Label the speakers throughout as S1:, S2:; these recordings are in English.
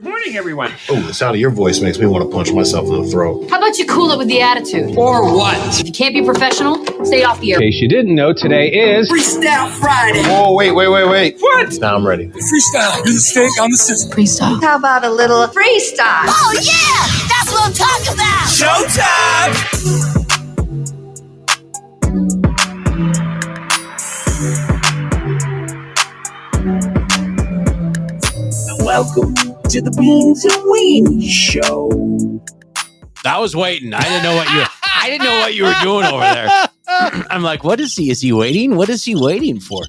S1: Morning, everyone.
S2: Oh, the sound of your voice makes me want to punch myself in the throat.
S3: How about you cool it with the attitude?
S4: Or what?
S3: If you can't be professional, stay off the air.
S5: In case you didn't know, today is
S4: Freestyle Friday.
S2: Oh, wait, wait, wait, wait.
S1: What?
S2: Now I'm ready.
S4: Freestyle. Do the steak on the system.
S3: Freestyle.
S6: How about a little freestyle?
S7: Oh, yeah! That's what I'm talking about!
S4: Showtime!
S8: Welcome to the Beans and Weenie Show.
S9: I was waiting. I didn't know what you. I didn't know what you were doing over there. I'm like, what is he? Is he waiting? What is he waiting for?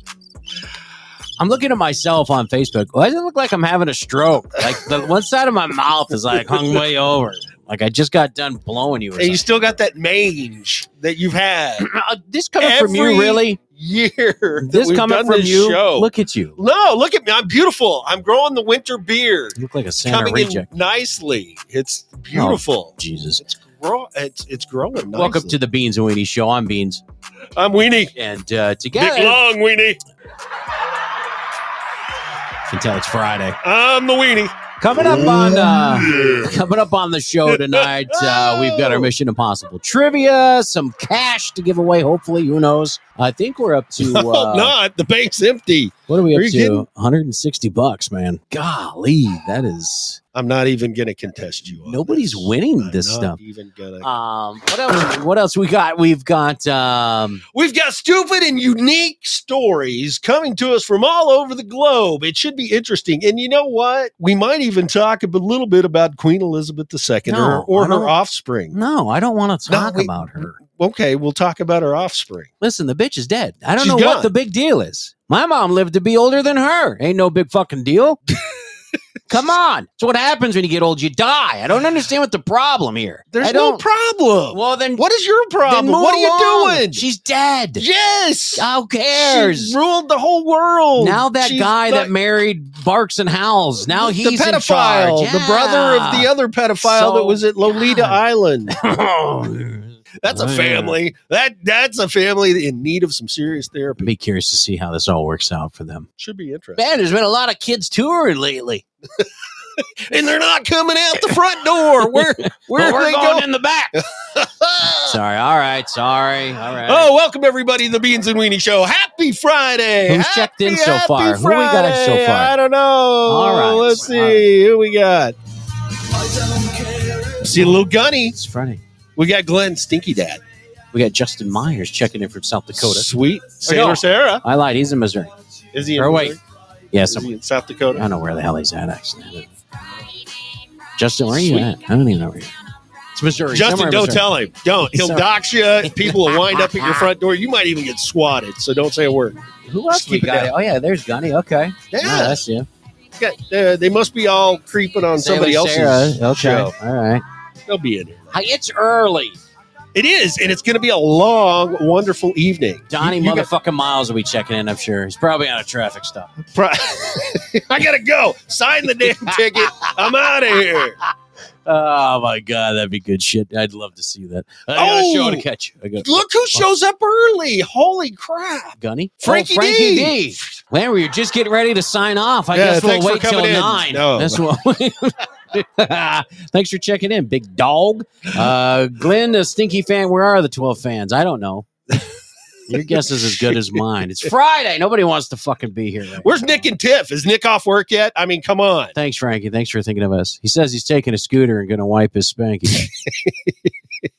S9: I'm looking at myself on Facebook. Why does it look like I'm having a stroke? Like the one side of my mouth is like hung way over. Like I just got done blowing you. Or
S10: And you
S9: something.
S10: still got that mange that you've had
S9: Uh, this coming from you,
S10: Every-
S9: really?
S10: year. that
S9: This
S10: we've
S9: coming
S10: done
S9: from
S10: this
S9: you?
S10: Show.
S9: Look at you.
S10: no, look at me. I'm beautiful. I'm growing the winter beard.
S9: You look like a Santa
S10: Coming
S9: reject.
S10: in nicely. It's beautiful.
S9: Jesus.
S10: It's grow. It's it's growing. Nicely.
S9: Oh. Welcome to the Beans and Weenie Show. I'm Beans,
S10: I'm Weenie.
S9: and uh, together
S10: Big long Weenie.
S9: you can tell it's Friday.
S10: I'm the Weenie.
S9: Coming up on uh,
S10: Oh,
S9: coming up on the show tonight, uh, we've got our Mission Impossible trivia, some cash to give away. Hopefully, who knows? I think we're up to uh,
S10: Hope not. The bank's empty.
S9: what are we
S10: Are
S9: up
S10: you
S9: to?
S10: kidding?
S9: 160 bucks, man. Golly, that is.
S10: I'm not even gonna contest you. on
S9: Nobody's
S10: this.
S9: winning
S10: I'm
S9: this
S10: not
S9: stuff.
S10: Even gonna.
S9: Um, what else? What else we got? We've got um,
S10: We've got stupid and unique stories coming to us from all over the globe. It should be interesting. And you know what? We might even talk a b- little bit about Queen Elizabeth II
S9: No, Mm.
S10: or, or
S9: I
S10: her
S9: don't-
S10: offspring.
S9: no, I don't want to
S10: No,
S9: talk
S10: we-
S9: about her.
S10: Okay, we'll talk about her offspring.
S9: Listen, the bitch is dead. I don't
S10: She's
S9: know
S10: gone.
S9: what the big deal is. My mom lived to be older than her. Ain't no big fucking deal. Come on. So what happens when you get old? You die. I don't understand what the problem here.
S10: There's
S9: I
S10: no
S9: don't,
S10: problem.
S9: Well then,
S10: What is your
S9: then
S10: problem?
S9: move
S10: What are you
S9: along.
S10: doing?
S9: She's dead.
S10: yes.
S9: Who
S10: She
S9: cares?
S10: ruled the whole world.
S9: Now that
S10: She's
S9: guy
S10: the-
S9: that married Barks and Howells, now he's
S10: the
S9: in charge.
S10: pedophile, the brother of the other pedophile
S9: So-
S10: that was at Lolita
S9: God.
S10: Island.
S9: other.
S10: That's a
S9: Yeah.
S10: family. That that's a family in need of some serious therapy.
S9: Be curious to see how this all works out for them.
S10: Should be interesting.
S9: Man, there's been a lot of kids touring lately.
S10: And they're not coming out the front door. Where where are
S9: But we're
S10: they
S9: going
S10: going?
S9: in the back. sorry. All right. Sorry. All right.
S10: Uh. Oh, welcome everybody to the Beans and Weenie Show. Happy Friday.
S9: Who's
S10: Happy,
S9: checked in so
S10: happy
S9: far? Who we got in so
S10: Friday.
S9: far?
S10: I don't know.
S9: All right.
S10: Let's
S9: All right.
S10: see who we got. See little Gunny.
S9: It's Friday.
S10: We got Glenn Stinky Dad.
S9: We got Justin Myers checking in from South Dakota.
S10: Sweet.
S9: Or
S10: Sailor
S9: no.
S10: Sarah.
S9: I lied. He's in Missouri.
S10: Is he in
S9: Or wait.
S10: Missouri?
S9: Yeah,
S10: Is
S9: some,
S10: he in South
S9: I
S10: Dakota?
S9: don't know where the hell he's at, actually. Justin, where are you at? I don't even know where you're It's Missouri.
S10: Justin,
S9: somewhere in
S10: don't
S9: Missouri.
S10: tell him. Don't. He'll
S9: Sorry.
S10: dox you. and People will wind up at your front door. You might even get swatted. So don't say a word.
S9: Who else
S10: Just
S9: we
S10: keep it
S9: got?
S10: down.
S9: Oh, yeah, there's Gunny. Okay.
S10: Yeah.
S9: that's you.
S10: Got- uh, they must be all creeping on somebody
S9: Sailor
S10: else's
S9: Sarah. Okay.
S10: show.
S9: All right.
S10: They'll be in here.
S9: Hi, It's early.
S10: It is, and it's going to be a long, wonderful evening.
S9: Donnie
S10: You- you got-
S9: motherfucking Miles will be checking in, I'm sure. He's probably on a traffic stop.
S10: Pro- I gotta go. Sign the damn ticket. I'm out of here.
S9: Oh, my God. That'd be good shit. I'd love to see that. I got a show to
S10: Oh!
S9: catch. I got
S10: Look who shows up early. Holy crap!
S9: Gunny?
S10: Frankie
S9: oh, Frankie
S10: D.
S9: D. Man, we were just getting ready to sign off. I
S10: Yeah,
S9: guess we'll
S10: thanks for
S9: wait till
S10: coming in.
S9: nine.
S10: No.
S9: That's what- thanks for checking in, big dog. Uh, Glenn, the stinky fan, where are the 12 fans? I don't know. Your guess is as good as mine. It's Friday. Nobody wants to fucking be here. right
S10: Where's
S9: now.
S10: Nick and Tiff? Is Nick off work yet? I mean, come on.
S9: Thanks, Frankie. Thanks for thinking of us. He says he's taking a scooter and going to wipe his spanky.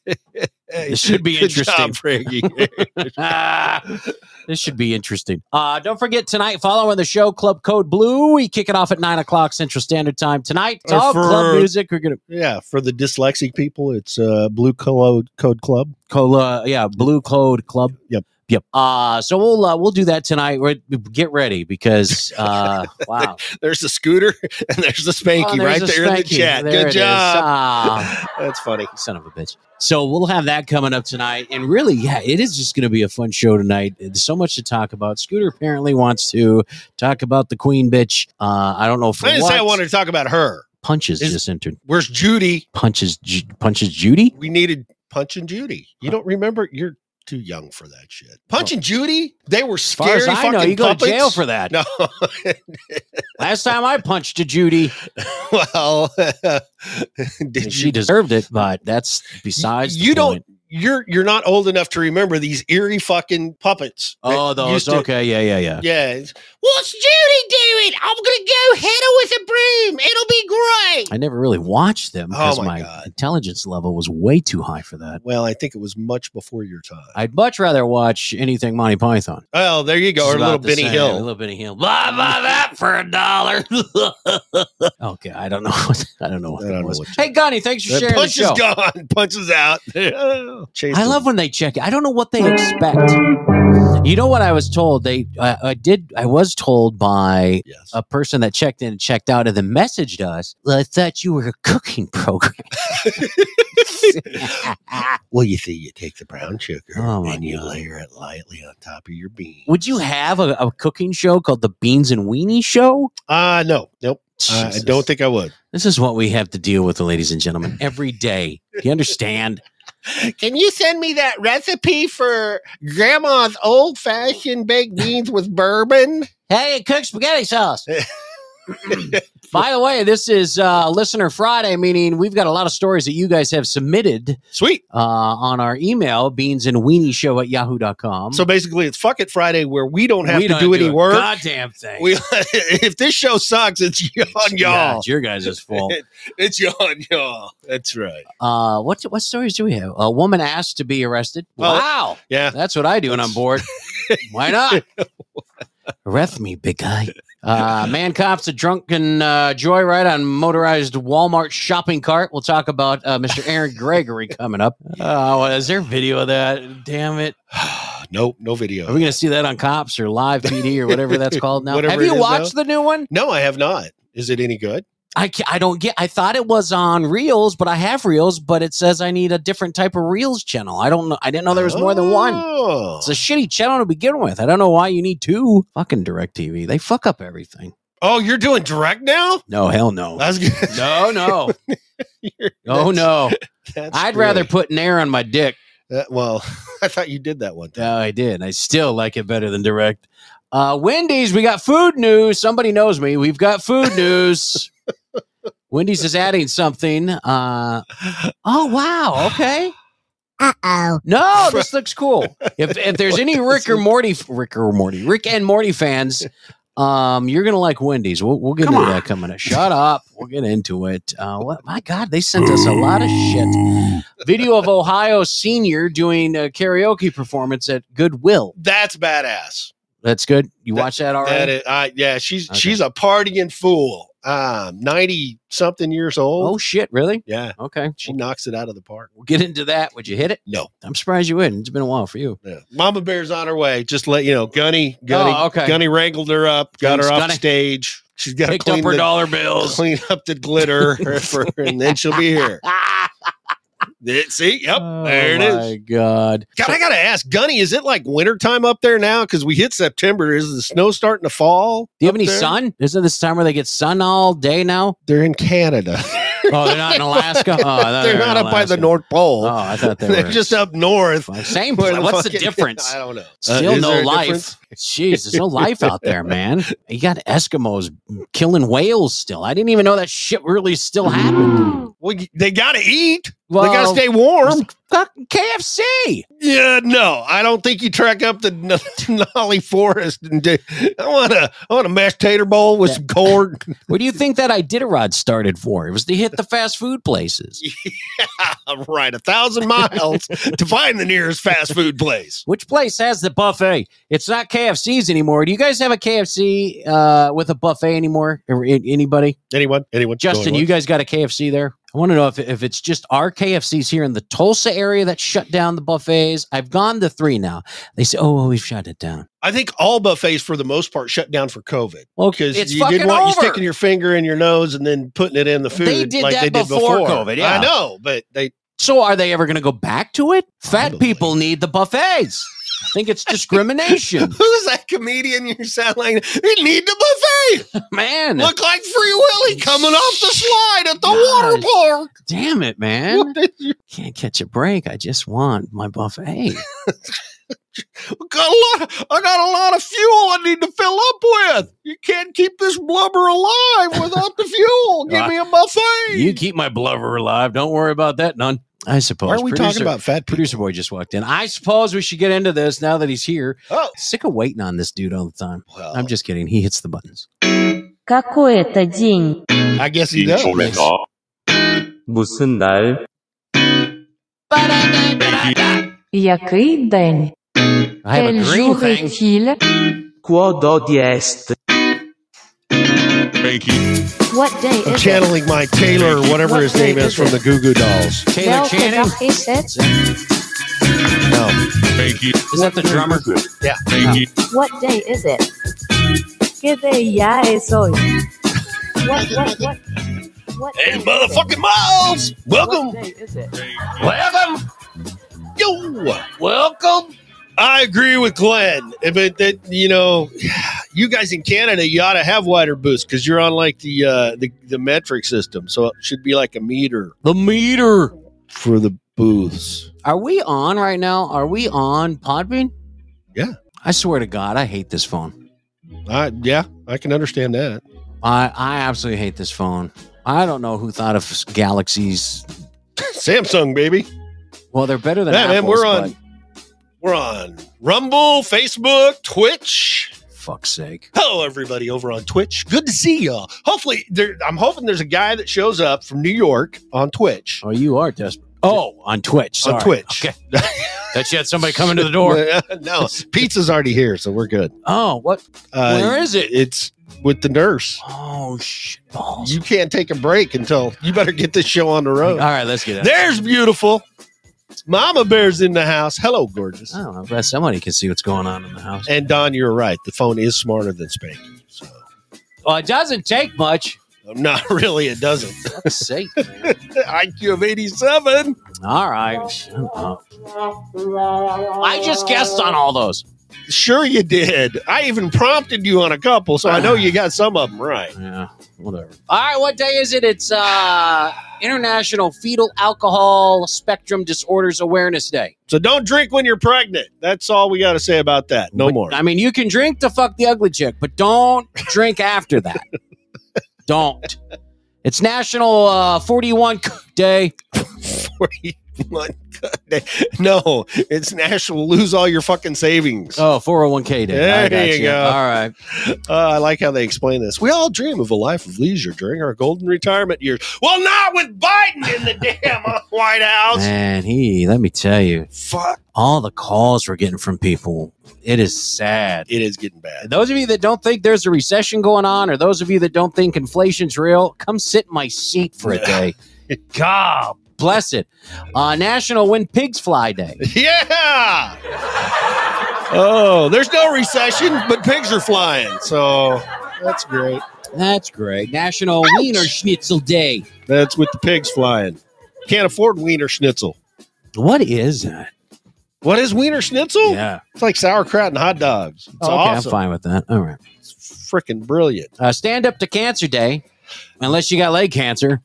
S10: Hey,
S9: This should be
S10: good
S9: interesting.
S10: job, Frankie.
S9: Ah, this should be interesting. Uh, don't forget tonight, following the show, Club Code Blue. We kick it off at nine o'clock Central Standard Time tonight. It's
S10: Or
S9: all club
S10: Uh, for-
S9: music. We're gonna
S10: yeah, for the dyslexic people, it's uh, Blue Code Code Club.
S9: cola, yeah, Blue Code Club.
S10: Yep.
S9: yep. Uh, so we'll uh, we'll do that tonight. We're, get ready because uh, wow,
S10: There's the scooter and there's the spanky
S9: Oh,
S10: right
S9: there's a
S10: there in the
S9: Spanky.
S10: chat.
S9: There it
S10: Good
S9: is.
S10: job.
S9: Ah.
S10: That's funny.
S9: son of a bitch. So we'll have that coming up tonight. And really, yeah, it is just going to be a fun show tonight. There's so much to talk about. Scooter apparently wants to talk about the queen bitch. Uh, I don't know for
S10: I didn't
S9: what.
S10: say I wanted to talk about her.
S9: punches
S10: Is-
S9: just entered.
S10: Where's Judy?
S9: Punches, Ju- punches Judy.
S10: We needed Punch and Judy. You don't remember? You're too young for that shit. Punch and Judy, they were
S9: far
S10: scary
S9: as I know,
S10: fucking
S9: you go to jail
S10: puppets.
S9: for that.
S10: No,
S9: Last time I punched a Judy,
S10: well,
S9: and
S10: did
S9: she
S10: you?
S9: deserved it, but that's besides. the
S10: you don't.
S9: point.
S10: You're you're not old enough to remember these eerie fucking puppets. that
S9: Oh,
S10: used
S9: those.
S10: to-
S9: Okay, yeah, yeah, yeah.
S10: Yeah. it's, What's Judy doing? I'm gonna go hit her with a broom. It'll be great.
S9: I never really watched them
S10: Oh
S9: because
S10: my
S9: my,
S10: God.
S9: intelligence level was way too high for that.
S10: Well, I think it was much before your time.
S9: I'd much rather watch anything Monty Python.
S10: well, there you go.
S9: It's
S10: Or
S9: about
S10: little
S9: the
S10: Benny
S9: same.
S10: Hill.
S9: Little Benny Hill. Blah blah that for a dollar. okay, Oh, I don't know. What, I don't know what
S10: I
S9: that
S10: don't know
S9: was.
S10: what you-
S9: hey, Gunny, thanks for
S10: That
S9: sharing the
S10: punch is
S9: show.
S10: gone. Punch is out. Chase
S9: I
S10: the-
S9: love when they check. it. I don't know what they expect. You know what I was told? They, I, I did. I was told by
S10: Yes.
S9: a person that checked in and checked out and then messaged us. "Well, I thought you were a cooking program.
S10: well, you see, you take the brown sugar
S9: Oh, my
S10: and you
S9: God.
S10: layer it lightly on top of your beans.
S9: Would you have a, a cooking show called the Beans and Weenie Show?
S10: Uh no, nope. Uh, I
S9: Jesus.
S10: don't think I would.
S9: This is what we have to deal with, ladies and gentlemen, every day. Do you understand?
S10: Can you send me that recipe for grandma's old fashioned baked beans with bourbon?
S9: Hey, cook spaghetti sauce. By the way, this is uh, Listener Friday, meaning we've got a lot of stories that you guys have submitted
S10: Sweet.
S9: uh, on our email, beans and weenie show at yahoo.com.
S10: So basically, it's Fuck It Friday where we don't have
S9: We
S10: to
S9: don't
S10: do any
S9: a
S10: work.
S9: Goddamn thing.
S10: We, if this show sucks, it's on
S9: Yeah,
S10: y'all.
S9: it's your guys' fault.
S10: It's on y'all. That's right.
S9: Uh, what what stories do we have? A woman asked to be arrested.
S10: Well,
S9: wow,
S10: Yeah.
S9: that's what I do when I'm bored. Why not? Arrest me, big guy. Uh, man cops a drunken uh, joyride on motorized Walmart shopping cart. We'll talk about uh, Mr. Aaron Gregory coming up. Oh, is there video of that? Damn it!
S10: nope, Uh, no
S9: Are
S10: video.
S9: we gonna see that on Cops or Live PD or whatever that's called now?
S10: Whatever
S9: have
S10: it
S9: you
S10: is
S9: watched the new one?
S10: No, I have not. Is it any good?
S9: I ca I don't get. I thought it was on Reels, but I have Reels, but it says I need a different type of Reels channel. I don't know. I didn't know there was more than one.
S10: Oh.
S9: It's a shitty channel to begin with. I don't know why you need two. Fucking DirecTV. They fuck up everything.
S10: Oh, you're doing direct now?
S9: No, hell no.
S10: That's good.
S9: No, no.
S10: You're-
S9: Oh,
S10: that's-
S9: no.
S10: that's
S9: I'd
S10: great.
S9: rather put Nair on my dick.
S10: That- well, I thought you did that one time.
S9: No, Oh, I did. I still like it better than Direct. Uh, Wendy's, we got food news. Somebody knows me. We've got food news. Wendy's is adding something. Uh, oh, wow. Okay.
S7: Uh oh.
S9: No, this looks cool. If if there's any Rick or Morty, Rick or Morty, Rick and Morty fans, um, you're gonna like Wendy's. We'll, we'll get into that coming up. Shut up. We'll get into it. Uh, what? My God, they sent us a lot of shit. Video of Ohio senior doing a karaoke performance at Goodwill.
S10: That's badass.
S9: That's good. You
S10: That-
S9: watch that already?
S10: That is, I, yeah, she's
S9: Okay.
S10: she's a partying fool. Um, ninety something years old.
S9: oh shit! Really?
S10: yeah,
S9: Okay.
S10: she knocks it out of the park.
S9: We'll get into that. Would you hit it?
S10: No.
S9: I'm surprised you wouldn't. It's been a while for you.
S10: Yeah. Mama Bear's on her way. Just let you know, Gunny, Gunny,
S9: Oh, okay.
S10: Gunny wrangled her up, got
S9: Thanks,
S10: her off
S9: Gunny.
S10: stage. She's got to
S9: Picked up
S10: clean,
S9: her
S10: the-
S9: dollar bills.
S10: clean up the glitter, for, and then she'll be here. It- see, yep, there it
S9: Oh
S10: is.
S9: my God.
S10: God, I gotta ask, Gunny, is it like wintertime up there now? Because we hit September. Is the snow starting to fall?
S9: Do you
S10: up
S9: have any
S10: there?
S9: sun? Isn't this time where they get sun all day now?
S10: They're in Canada.
S9: Oh, they're not in Alaska. Oh, I thought they
S10: They're
S9: were in
S10: not up by the
S9: Alaska.
S10: North Pole.
S9: Oh, I thought they
S10: They're
S9: were
S10: just up north.
S9: Well, Same.
S10: Where
S9: place. What's the
S10: fucking-
S9: difference? Uh,
S10: I don't know.
S9: Still
S10: is
S9: no
S10: there a
S9: life.
S10: difference?
S9: Jeez, there's no life out there, man. You got Eskimos killing whales still. I didn't even know that shit really still happened.
S10: Well, y- they gotta eat.
S9: Well,
S10: they gotta stay warm.
S9: fucking KFC.
S10: Yeah, no, I don't think you trek up the N- Denali Forest and do. I want a I want a mashed tater bowl with some corn.
S9: What do you think that Iditarod started for? It was to hit the fast food places.
S10: right, a thousand miles to find the nearest fast food place.
S9: Which place has the buffet? It's not KFC's anymore. Do you guys have a KFC uh, with a buffet anymore? Or a- Anybody?
S10: Anyone? Anyone?
S9: Justin,
S10: Going
S9: you guys got a KFC there? I want to know if, if it's just our KFCs here in the Tulsa area that shut down the buffets. I've gone to three now. They say, oh, well, we've shut it down.
S10: I think all buffets for the most part shut down for COVID
S9: Well,
S10: because
S9: it's
S10: you
S9: fucking
S10: didn't want you
S9: over.
S10: sticking your finger in your nose and then putting it in the food
S9: They did
S10: like
S9: that
S10: they did
S9: before
S10: before,
S9: COVID, yeah.
S10: I know, but they
S9: so are they ever going to go back to it? Fat
S10: Probably.
S9: people need the buffets. I think it's discrimination,
S10: Who's that comedian you sound like? You need the buffet.
S9: man.
S10: Look like Free Willy coming off the slide at the water
S9: Nice.
S10: park.
S9: Damn it, man! Can't catch a break. I just want my buffet.
S10: Got a lot, I got a lot of fuel I need to fill up with. You can't keep this blubber alive without the fuel. Give me a buffet.
S9: you keep my blubber alive. Don't worry about that, none. I suppose. Producer-
S10: fat
S9: Producer boy just walked in. I suppose we should get into this now that he's here.
S10: Oh.
S9: Sick of waiting on this dude all the time.
S10: Well,
S9: I'm just kidding. He hits the buttons.
S1: Какой это день?
S10: I guess he does.
S11: 무슨 날?
S1: Який день?
S9: I have a green thing.
S11: Quododi est.
S1: What day
S10: I'm
S1: is it?
S10: channeling my Taylor, whatever his name is, from the Goo Goo Dolls.
S9: Taylor
S1: Welke
S9: Channing.
S1: dag is het?
S10: No,
S9: Is that the drummer?
S1: What day is it? ¿Qué día es hoy? What, what, what? What
S10: hey,
S1: day is
S10: motherfucking Miles,
S1: it? What
S10: welcome,
S1: day is it?
S10: welcome, yo, welcome. I agree with Glenn, eh, but that you know, you guys in Canada, you ought to have wider booths because you're on like the uh, the the metric system, so it should be like a meter
S9: The meter.
S10: for the booths.
S9: Are we on right now? Are we on Podbean?
S10: Yeah.
S9: I swear to God, I hate this phone.
S10: I yeah, I can understand that.
S9: I, I absolutely hate this phone. I don't know who thought of Galaxies.
S10: Samsung, baby.
S9: Well, they're better than
S10: Yeah, man,
S9: Apples,
S10: we're on-
S9: but-
S10: We're on Rumble, Facebook, Twitch.
S9: Fuck's sake.
S10: Hello, everybody over on Twitch. Good to see y'all. Hopefully, there, I'm hoping there's a guy that shows up from New York on Twitch.
S9: Oh, you are desperate. Oh, on Twitch. Sorry.
S10: On Twitch.
S9: Okay. that you had somebody coming to the door.
S10: no, pizza's already here, so we're good.
S9: Oh, what?
S10: Uh,
S9: Where is it?
S10: It's with the nurse.
S9: Oh, shit. Balls.
S10: You can't take a break until you better get this show on the
S9: All
S10: road.
S9: right, let's get it.
S10: There's beautiful. Mama Bear's in the house. Hello, gorgeous.
S9: I don't know. Glad somebody can see what's going on in the house.
S10: And Don, you're right. The phone is smarter than Spanky. So.
S9: Well, it doesn't take much.
S10: Not really, it doesn't.
S9: Fuck's sake, man.
S10: IQ of 87.
S9: All right. Shut up. I just guessed on all those.
S10: Sure, you did. I even prompted you on a couple, so I know you got some of them right.
S9: Yeah, whatever. All right, what day is it? It's uh International Fetal Alcohol Spectrum Disorders Awareness Day.
S10: So don't drink when you're pregnant. That's all we got to say about that. No
S9: But,
S10: more.
S9: I mean, you can drink to fuck the ugly chick, but don't drink after that. don't. It's National uh, 41 Cook Day.
S10: 41 No, it's National Lose All Your Fucking Savings.
S9: Oh, 401k Day.
S10: There
S9: I got
S10: you go.
S9: All right.
S10: Uh, I like how they explain this. We all dream of a life of leisure during our golden retirement years. Well, not with Biden in the damn White House.
S9: Man, he, let me tell you,
S10: Fuck.
S9: all the calls we're getting from people, it is sad.
S10: It is getting bad.
S9: Those of you that don't think there's a recession going on, or those of you that don't think inflation's real, come sit in my seat for a day. God bless it. Uh, National When Pigs Fly Day.
S10: Yeah. Oh, there's no recession, but pigs are flying. So that's great.
S9: That's great. National Wiener Schnitzel Day.
S10: That's with the pigs flying. Can't afford Wiener Schnitzel.
S9: What is that?
S10: What is Wiener Schnitzel?
S9: Yeah. Oh,
S10: It's like sauerkraut and hot dogs. It's
S9: okay, I'm
S10: awesome.
S9: fine with that. All right.
S10: It's freaking brilliant.
S9: Uh, stand up to Cancer Day, unless you got leg cancer.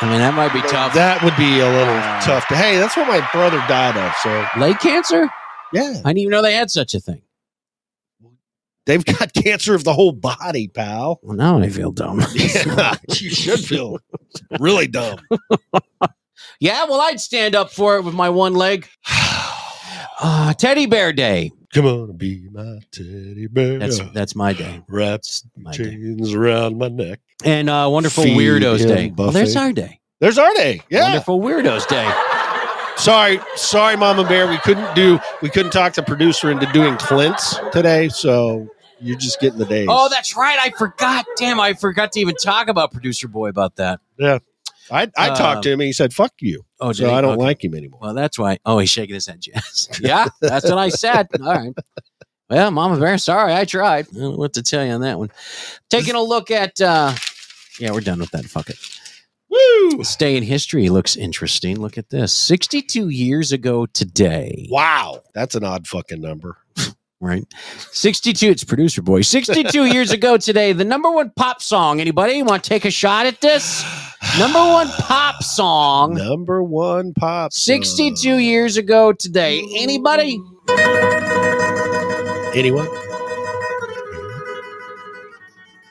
S9: I mean, that might be tough.
S10: That would be a little
S9: Uh,
S10: tough. To, hey, that's what my brother died of. So
S9: leg cancer?
S10: yeah,
S9: I didn't even know they had such a thing.
S10: they've got cancer of the whole body, pal.
S9: Well, now I feel dumb.
S10: Yeah, you should feel really dumb.
S9: yeah, well, I'd stand up for it with my one leg. Uh, teddy Bear Day.
S10: Come on, be my teddy bear.
S9: That's that's my day.
S10: Wrap
S9: That's my day.
S10: chains around my neck.
S9: And uh, Wonderful
S10: Feed
S9: Weirdos
S10: him
S9: Day. Well, there's
S10: buffet.
S9: our day.
S10: There's our day. Yeah.
S9: Wonderful Weirdos Day.
S10: Sorry, sorry, Mama Bear. We couldn't do. We couldn't talk the producer into doing Clint's today. So you're just getting the days.
S9: Oh, that's right. I forgot. Damn, I forgot to even talk about Producer Boy about that.
S10: I I talked
S9: um,
S10: to him. and He said, "Fuck you."
S9: Oh, did
S10: So
S9: he?
S10: I don't
S9: Okay.
S10: like him anymore.
S9: Well, that's why. Oh, he's shaking his head. Yes. yeah, that's what I said. All right. Well, Mama Bear, sorry, I tried. I don't know what to tell you on that one. Taking a look at. uh Yeah, we're done with that. Fuck it. This day in history looks interesting. Look at this. 62 years ago today,
S10: Wow, that's an odd fucking number.
S9: right? 62, it's producer boy. 62 years ago today, the number one pop song. Anybody want to take a shot at this? Number one pop song.
S10: Number one pop. song.
S9: 62 years ago today. Anybody?
S10: Anyone?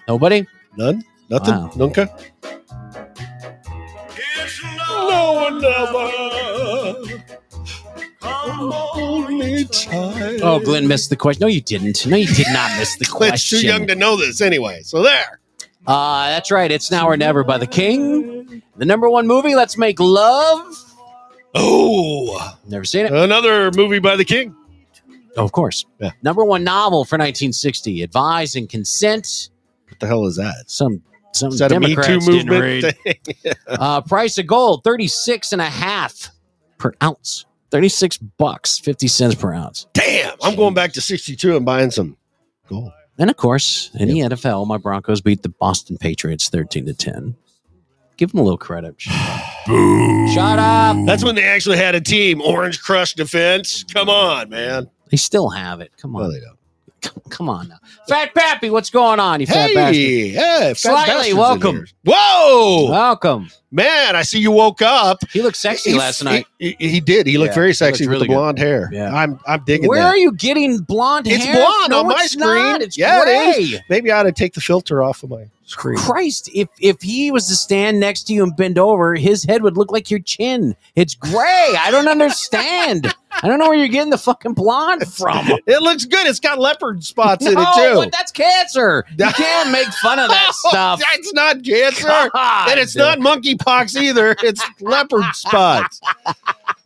S9: Nobody?
S10: None? Nothing?
S9: Wow.
S10: Nunca? No one ever. Only child.
S9: Oh, Glenn missed the question. No, you didn't. No, you did not miss the question.
S10: Glenn's too young to know this anyway. So there.
S9: Uh, that's right. It's Now or Never by The King. The number one movie, Let's Make Love.
S10: Oh,
S9: Never seen it.
S10: another movie by the king.
S9: Oh, of course.
S10: Yeah.
S9: Number one novel for 1960, Advise and Consent.
S10: What the hell is that?
S9: Some some
S10: Is that
S9: Democrats
S10: a Me Too
S9: didn't
S10: movement?
S9: read. uh, price of gold, 36 and a half per ounce. 36 bucks, 50 cents per ounce.
S10: Damn, I'm going back to 62 and buying some gold.
S9: And of course, in the NFL, my Broncos beat the Boston Patriots 13 to 10. Give them a little credit. Shut up.
S10: That's when they actually had a team. Orange Crush Defense. Come on, man.
S9: They still have it. Come
S10: No,
S9: on.
S10: they don't.
S9: Come, come on now. Fat Pappy, what's going on, you fat bastard?
S10: Hey, yeah, fat
S9: Slightly
S10: bastards in
S9: welcome.
S10: here. Whoa,
S9: Welcome.
S10: man! I see you woke up.
S9: He looked sexy
S10: He-
S9: last night.
S10: He, he did. He looked
S9: Yeah,
S10: very
S9: he
S10: sexy
S9: looked
S10: with
S9: really
S10: the blonde hair.
S9: Yeah.
S10: I'm I'm digging
S9: Where
S10: that.
S9: are you getting blonde
S10: It's
S9: hair?
S10: blonde
S9: No,
S10: on my
S9: it's
S10: screen.
S9: not. It's
S10: Yeah, it
S9: gray.
S10: Maybe I ought to take the filter off of my screen.
S9: Christ, if if he was to stand next to you and bend over, his head would look like your chin. It's gray. I don't understand. I don't know where you're getting the fucking blonde from.
S10: It looks good. It's got leopard spots in it
S9: No,
S10: too.
S9: but that's cancer. You can't make fun of that
S10: Oh,
S9: stuff.
S10: That's not cancer.
S9: God.
S10: and it's not monkeypox either. It's leopard spots.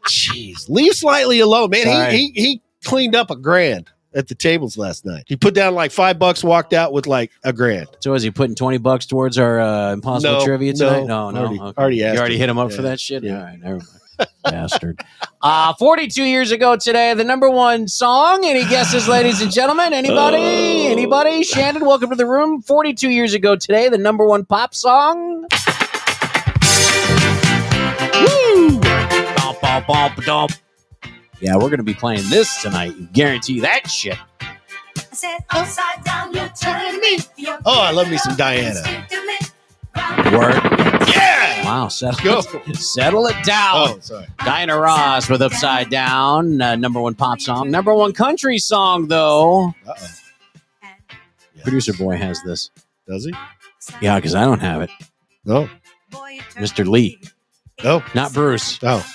S10: Jeez, leave slightly alone, man.
S9: Sorry.
S10: He, he he cleaned up a grand at the tables last night. He put down like five bucks, walked out with like a grand.
S9: So is he putting twenty bucks towards our uh, impossible
S10: No,
S9: trivia
S10: no,
S9: tonight? No, no,
S10: already-
S9: okay.
S10: already asked
S9: You already
S10: him.
S9: hit him up
S10: Yeah,
S9: for that shit.
S10: yeah.
S9: All right, never mind. Bastard. Uh, Forty-two years ago today, the number one song. Any guesses, ladies and gentlemen? Anybody?
S10: Oh.
S9: Anybody? Shannon, welcome to the room. Forty-two years ago today, the number one pop song. Woo! Bum, bum, bum, dum. Yeah, we're gonna be playing this tonight. Guarantee that shit.
S7: I said, upside down, you turn Oh, me.
S10: Oh, I love me some Diana.
S9: Word.
S10: Yeah.
S9: Wow.
S10: Go.
S9: Settle, settle it down.
S10: Oh, sorry.
S9: Diana Ross with Upside Down, uh, number one pop song. Number one country song, though.
S10: Uh-oh.
S9: Producer Boy has this.
S10: Does he?
S9: Yeah, because I don't have it.
S10: No.
S9: Mr. Lee.
S10: No.
S9: Not Bruce.
S10: Oh.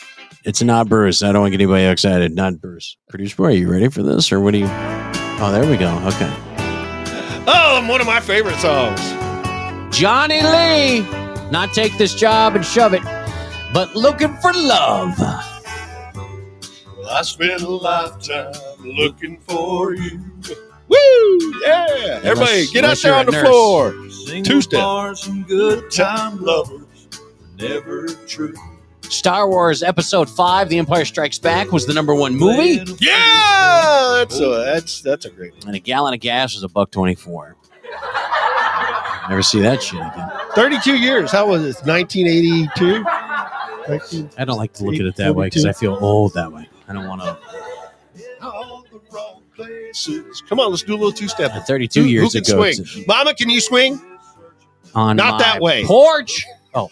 S9: It's not Bruce. I don't want to get anybody excited. Not Bruce. Producer Boy, are you ready for this? Or what do you. Oh, there we go. Okay.
S10: Oh, and one of my favorite songs.
S9: Johnny Lee. Not take this job and shove it, but looking for love.
S10: I spent a lifetime looking for you. Woo! Yeah. Everybody,
S9: Unless-
S10: get out
S9: unless
S10: there
S9: you're
S10: on
S9: a
S10: the
S9: nurse.
S10: floor. Two
S8: Two
S10: step.
S8: stars and good time lovers, never true.
S9: Star Wars Episode 5, The Empire Strikes Back, was the number one movie.
S10: Yeah, that's a, that's that's a great.
S9: and a gallon of gas was a buck twenty four. Never see that shit again.
S10: Thirty-two years. How was it? Nineteen eighty-two.
S9: I don't like to look at it that way because I feel old that way. I don't want to.
S10: Come on, let's do a little two-step.
S9: Thirty two
S10: Who-
S9: years
S10: who
S9: ago
S10: can swing? Mama, can you swing?
S9: on
S10: Not
S9: my
S10: that way.
S9: porch. Oh,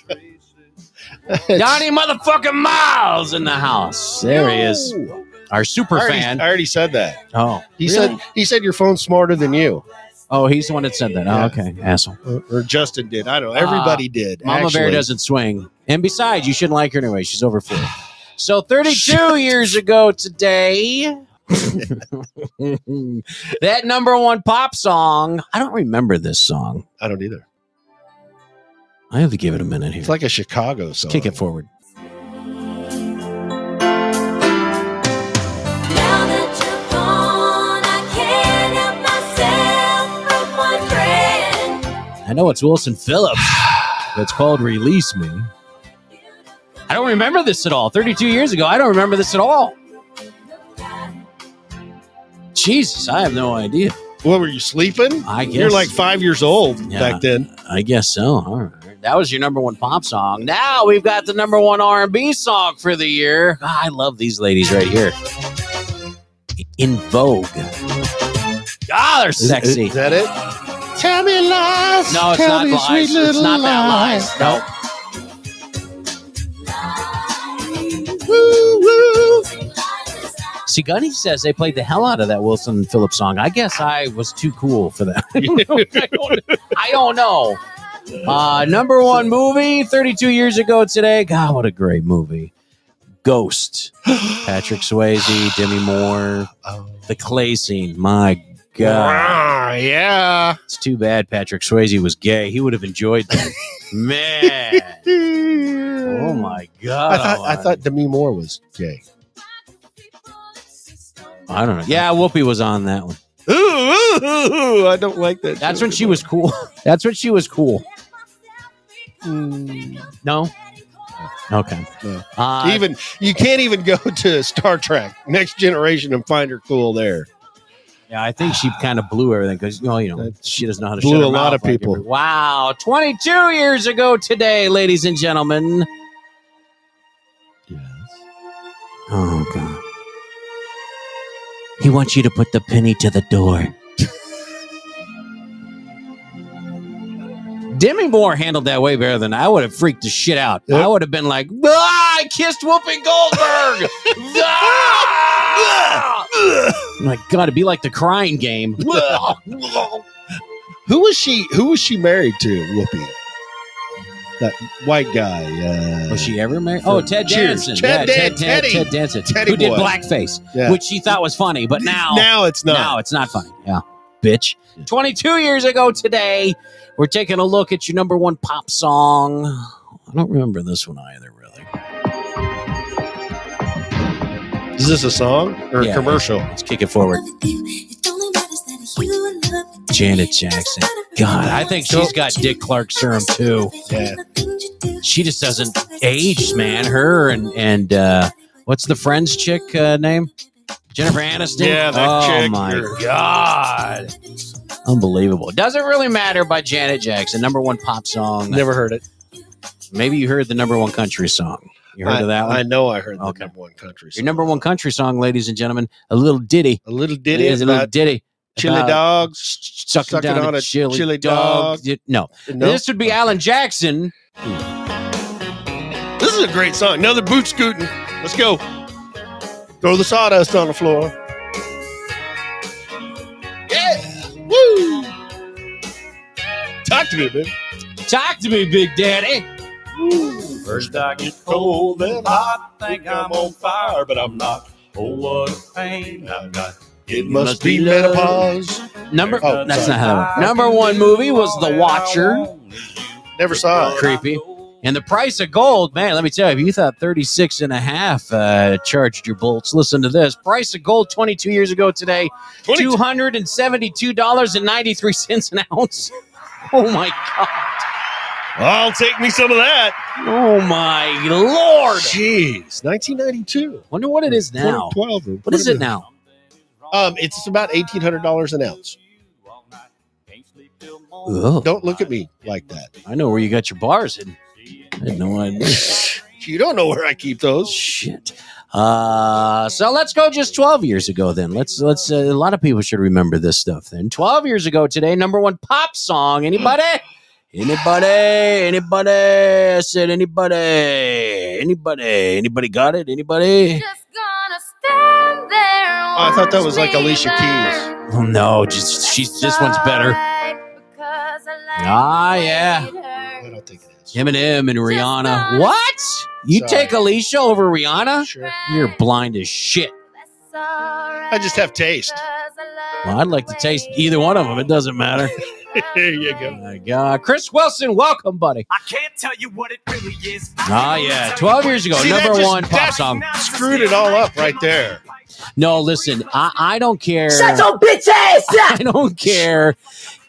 S9: Donnie motherfucking Miles in the house. There he is,
S10: No.
S9: our
S10: I
S9: super
S10: already,
S9: fan.
S10: I already said that.
S9: Oh,
S10: He
S9: really?
S10: said he said your phone's smarter than you,
S9: Oh, he's the one that said that.
S10: Yeah.
S9: Oh, okay, asshole.
S10: or, or Justin did. I don't. know. Everybody did.
S9: Ah. Mama Bear
S10: actually.
S9: doesn't swing. And besides, you shouldn't like her anyway. She's over 40. So 32 years ago today, that number one pop song, I don't remember this song.
S10: I don't either.
S9: I have to give it a minute here.
S10: It's like a Chicago song.
S9: Kick it forward.
S7: Now that you're gone, I can't help myself from wondering.
S9: I know it's Wilson Phillips. but It's called Release Me. I don't remember this at all. 32 years ago, I don't remember this at all. Jesus, I have no idea.
S10: What were you sleeping?
S9: I guess.
S10: You're like five years old
S9: Yeah.
S10: back then.
S9: I guess so. All right. That was your number one pop song. Now we've got the number one R&B song for the year. Ah, I love these ladies right here. In Vogue. Ah, they're sexy.
S2: Is that it?
S10: Tell me lies.
S9: No, it's
S10: tell
S9: not
S10: me
S9: lies.
S10: sweet
S9: It's
S10: little
S9: not that lies. No.
S10: Woo, woo.
S9: See, Gunny says they played the hell out of that Wilson and Phillips song. I guess I was too cool for that. I, don't, I don't know. Uh, number one movie 32 years ago today. God, what a great movie. Ghost. Patrick Swayze, Demi Moore, the clay scene. My God.
S10: Ah, yeah.
S9: It's too bad Patrick Swayze was gay. He would have enjoyed that. Man. Oh, my God.
S10: I thought I thought Demi Moore was gay.
S9: I don't know. Yeah, Whoopi was on that one.
S10: Ooh, ooh, ooh, ooh, I don't like that.
S9: That's when she was cool. That's when she was cool. No. Okay.
S10: No.
S9: Uh,
S10: even you can't even go to Star Trek Next Generation and find her cool there.
S9: yeah, I think she kind of blew everything because you know, you know, she doesn't know how to
S10: Blew
S9: shut her
S10: a lot
S9: mouth
S10: of
S9: like
S10: people.
S9: everybody. wow, 22 years ago today, ladies and gentlemen. Yes. Oh God. He wants you to put the penny to the door. Demi Moore handled that way better than I would have freaked the shit out.
S10: Yep.
S9: I would have been like, ah, I kissed Whoopi Goldberg. Ah! My God, it'd be like the crying game.
S10: Who was she? Who was she married to? Whoopi. That white guy. Uh,
S9: Was she ever married? Oh, Ted
S10: Cheers.
S9: Danson.
S10: Ted
S9: yeah,
S10: Dan-
S9: Ted, Ted,
S10: Teddy.
S9: Ted Danson.
S10: Teddy
S9: who did
S10: boy.
S9: blackface,
S10: Yeah.
S9: which she thought was funny, but now, now,
S10: now it's not.
S9: it's not funny. Yeah. Bitch. 22 years ago today, we're taking a look at your number one pop song. I don't remember this one either, really.
S10: Is this a song or
S9: Yeah.
S10: a commercial?
S9: Let's kick it forward.
S7: Janet Jackson. God, I think she's got Dick Clark serum too.
S10: Yeah.
S9: She just doesn't age, man. Her and, and, uh, what's the Friends chick uh, name? Jennifer Aniston.
S10: Yeah, that
S9: oh
S10: chick.
S9: my god, unbelievable! Doesn't really matter by Janet Jackson, number one pop song.
S10: Never heard it.
S9: Maybe you heard the number one country song. You heard
S10: I,
S9: of that one?
S10: I know I heard
S9: Okay.
S10: the number one country.
S9: Your number one country song, ladies and gentlemen, a little ditty.
S10: A little ditty
S9: It is a little
S10: about
S9: ditty.
S10: chili
S9: about
S10: dogs.
S9: sh- Sucking
S10: sucking
S9: down
S10: on
S9: a,
S10: a
S9: chili,
S10: chili
S9: dog.
S10: dog.
S9: Y- No.
S10: No?
S9: this would be Alan Jackson.
S10: This is a great song. Another boot scooting. Let's go. Throw the sawdust on the floor. Yeah. Woo. Talk to me, baby.
S9: Talk to me, Big Daddy.
S8: First I get cold, then hot. Think I'm on fire, but I'm not. Oh, what a pain I've got.
S10: It must be menopause.
S9: Number.
S10: Oh,
S9: that's
S10: sorry.
S9: not how that works. Number one movie was The Watcher.
S10: Never saw it.
S9: Creepy. And the price of gold, man, let me tell you, if you thought 36 and a half uh, charged your bolts, listen to this. Price of gold 22 years ago today,
S10: Twenty-
S9: $272.93 an ounce. Oh my God.
S10: I'll take me some of that.
S9: Oh my Lord.
S10: Jeez, 1992.
S9: Wonder what it is now.
S10: 2012 or
S9: What is it
S10: whatever.
S9: now?
S10: Um, it's about eighteen hundred dollars an ounce.
S9: Oh,
S10: Don't look at me like that.
S9: I know where you got your bars hidden. I had no idea.
S10: You don't know where I keep those.
S9: Shit. Uh, so let's go just 12 years ago then. Let's let's uh, a lot of people should remember this stuff then. 12 years ago today, number 1 pop song. Anybody? Anybody? Anybody? I said anybody. Anybody? Anybody got it? Anybody?
S10: Oh, I thought that was like Alicia Keys.
S9: Oh no, just she's this one's better. Ah, yeah.
S10: I don't think it is.
S9: Eminem and Rihanna. What? You
S10: Sorry.
S9: take Alicia over Rihanna?
S10: Sure.
S9: You're blind as shit.
S10: I just have taste.
S9: Well, I'd like to taste either one of them. It doesn't matter.
S10: there you go.
S9: My God, Chris Wilson, welcome, buddy.
S4: I can't tell you what it really is.
S9: Ah, yeah, 12 years ago,
S10: See, that
S9: number
S10: just-
S9: one pop
S10: that-
S9: song.
S10: Screwed it all up right there.
S9: No, listen, I, I don't care.
S6: Shut your bitch ass up!
S9: I don't care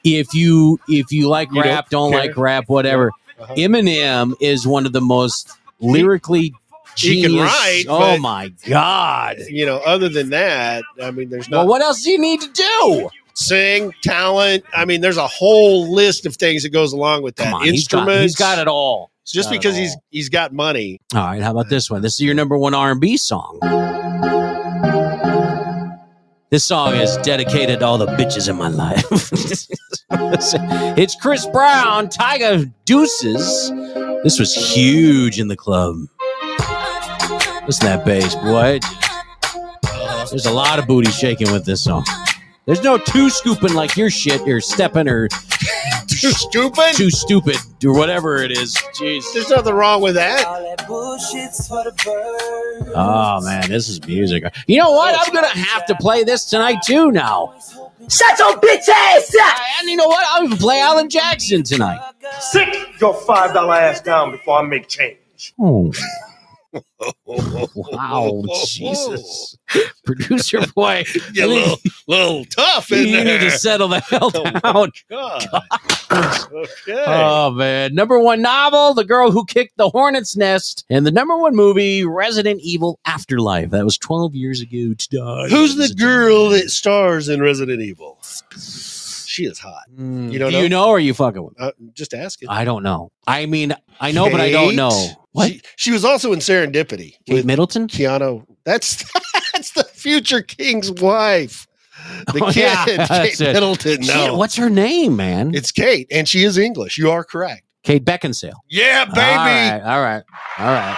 S9: if you if you like
S10: You don't
S9: rap, don't,
S10: care.
S9: like rap, whatever.
S10: Uh-huh.
S9: Eminem is one of the most lyrically
S10: He
S9: genius.
S10: can write,
S9: oh
S10: but-
S9: my God!
S10: You know, other than that, I mean, there's
S9: Well,
S10: not.
S9: what else do you need to do?
S10: sing, talent. I mean, there's a whole list of things that goes along with that.
S9: Come on, he's got,
S10: Instruments.
S9: he's got it all.
S10: It's just
S9: Got it
S10: because
S9: all.
S10: he's he's got money.
S9: All right, how about this one? This is your number one R&B song. This song is dedicated to all the bitches in my life. it's Chris Brown, Tyga Deuces. This was huge in the club. Listen to that bass, boy. There's a lot of booty shaking with this song. There's no two scooping like your shit, or stepping, or
S10: Too stupid.
S9: too stupid, or whatever it is. Jeez.
S10: There's nothing wrong with that.
S9: Oh man, this is music. You know what? I'm gonna have to play this tonight too. Now,
S11: Shut your bitch ass up!
S9: I- and you know what? I'm gonna play Alan Jackson tonight.
S4: Sit your five dollar ass down before I make change.
S9: Oh. Wow, Jesus, producer boy,
S10: Yeah, a little, little tough
S9: you
S10: in there.
S9: need to settle the hell down.
S10: God. okay.
S9: Oh man, number one novel, The Girl Who Kicked the Hornet's Nest, and the number one movie, Resident Evil Afterlife. That was 12 years ago. today.
S10: Who's the girl that stars in Resident Evil? She is hot.
S9: Mm,
S10: You don't
S9: Do you know or are you fucking with?
S10: Uh, just ask it.
S9: I don't know. I mean, I know, but I don't
S10: Kate?
S9: know. What?
S10: She, she was also in Serendipity
S9: Kate
S10: with
S9: Middleton?
S10: Keanu. That's that's the future king's wife. The
S9: Oh,
S10: kid,
S9: yeah,
S10: Kate
S9: that's it.
S10: Middleton. No,
S9: Shit, what's her name, man?
S10: it's Kate, and she is English. You are correct.
S9: Kate Beckinsale.
S10: Yeah, baby.
S9: All right. All right. All right.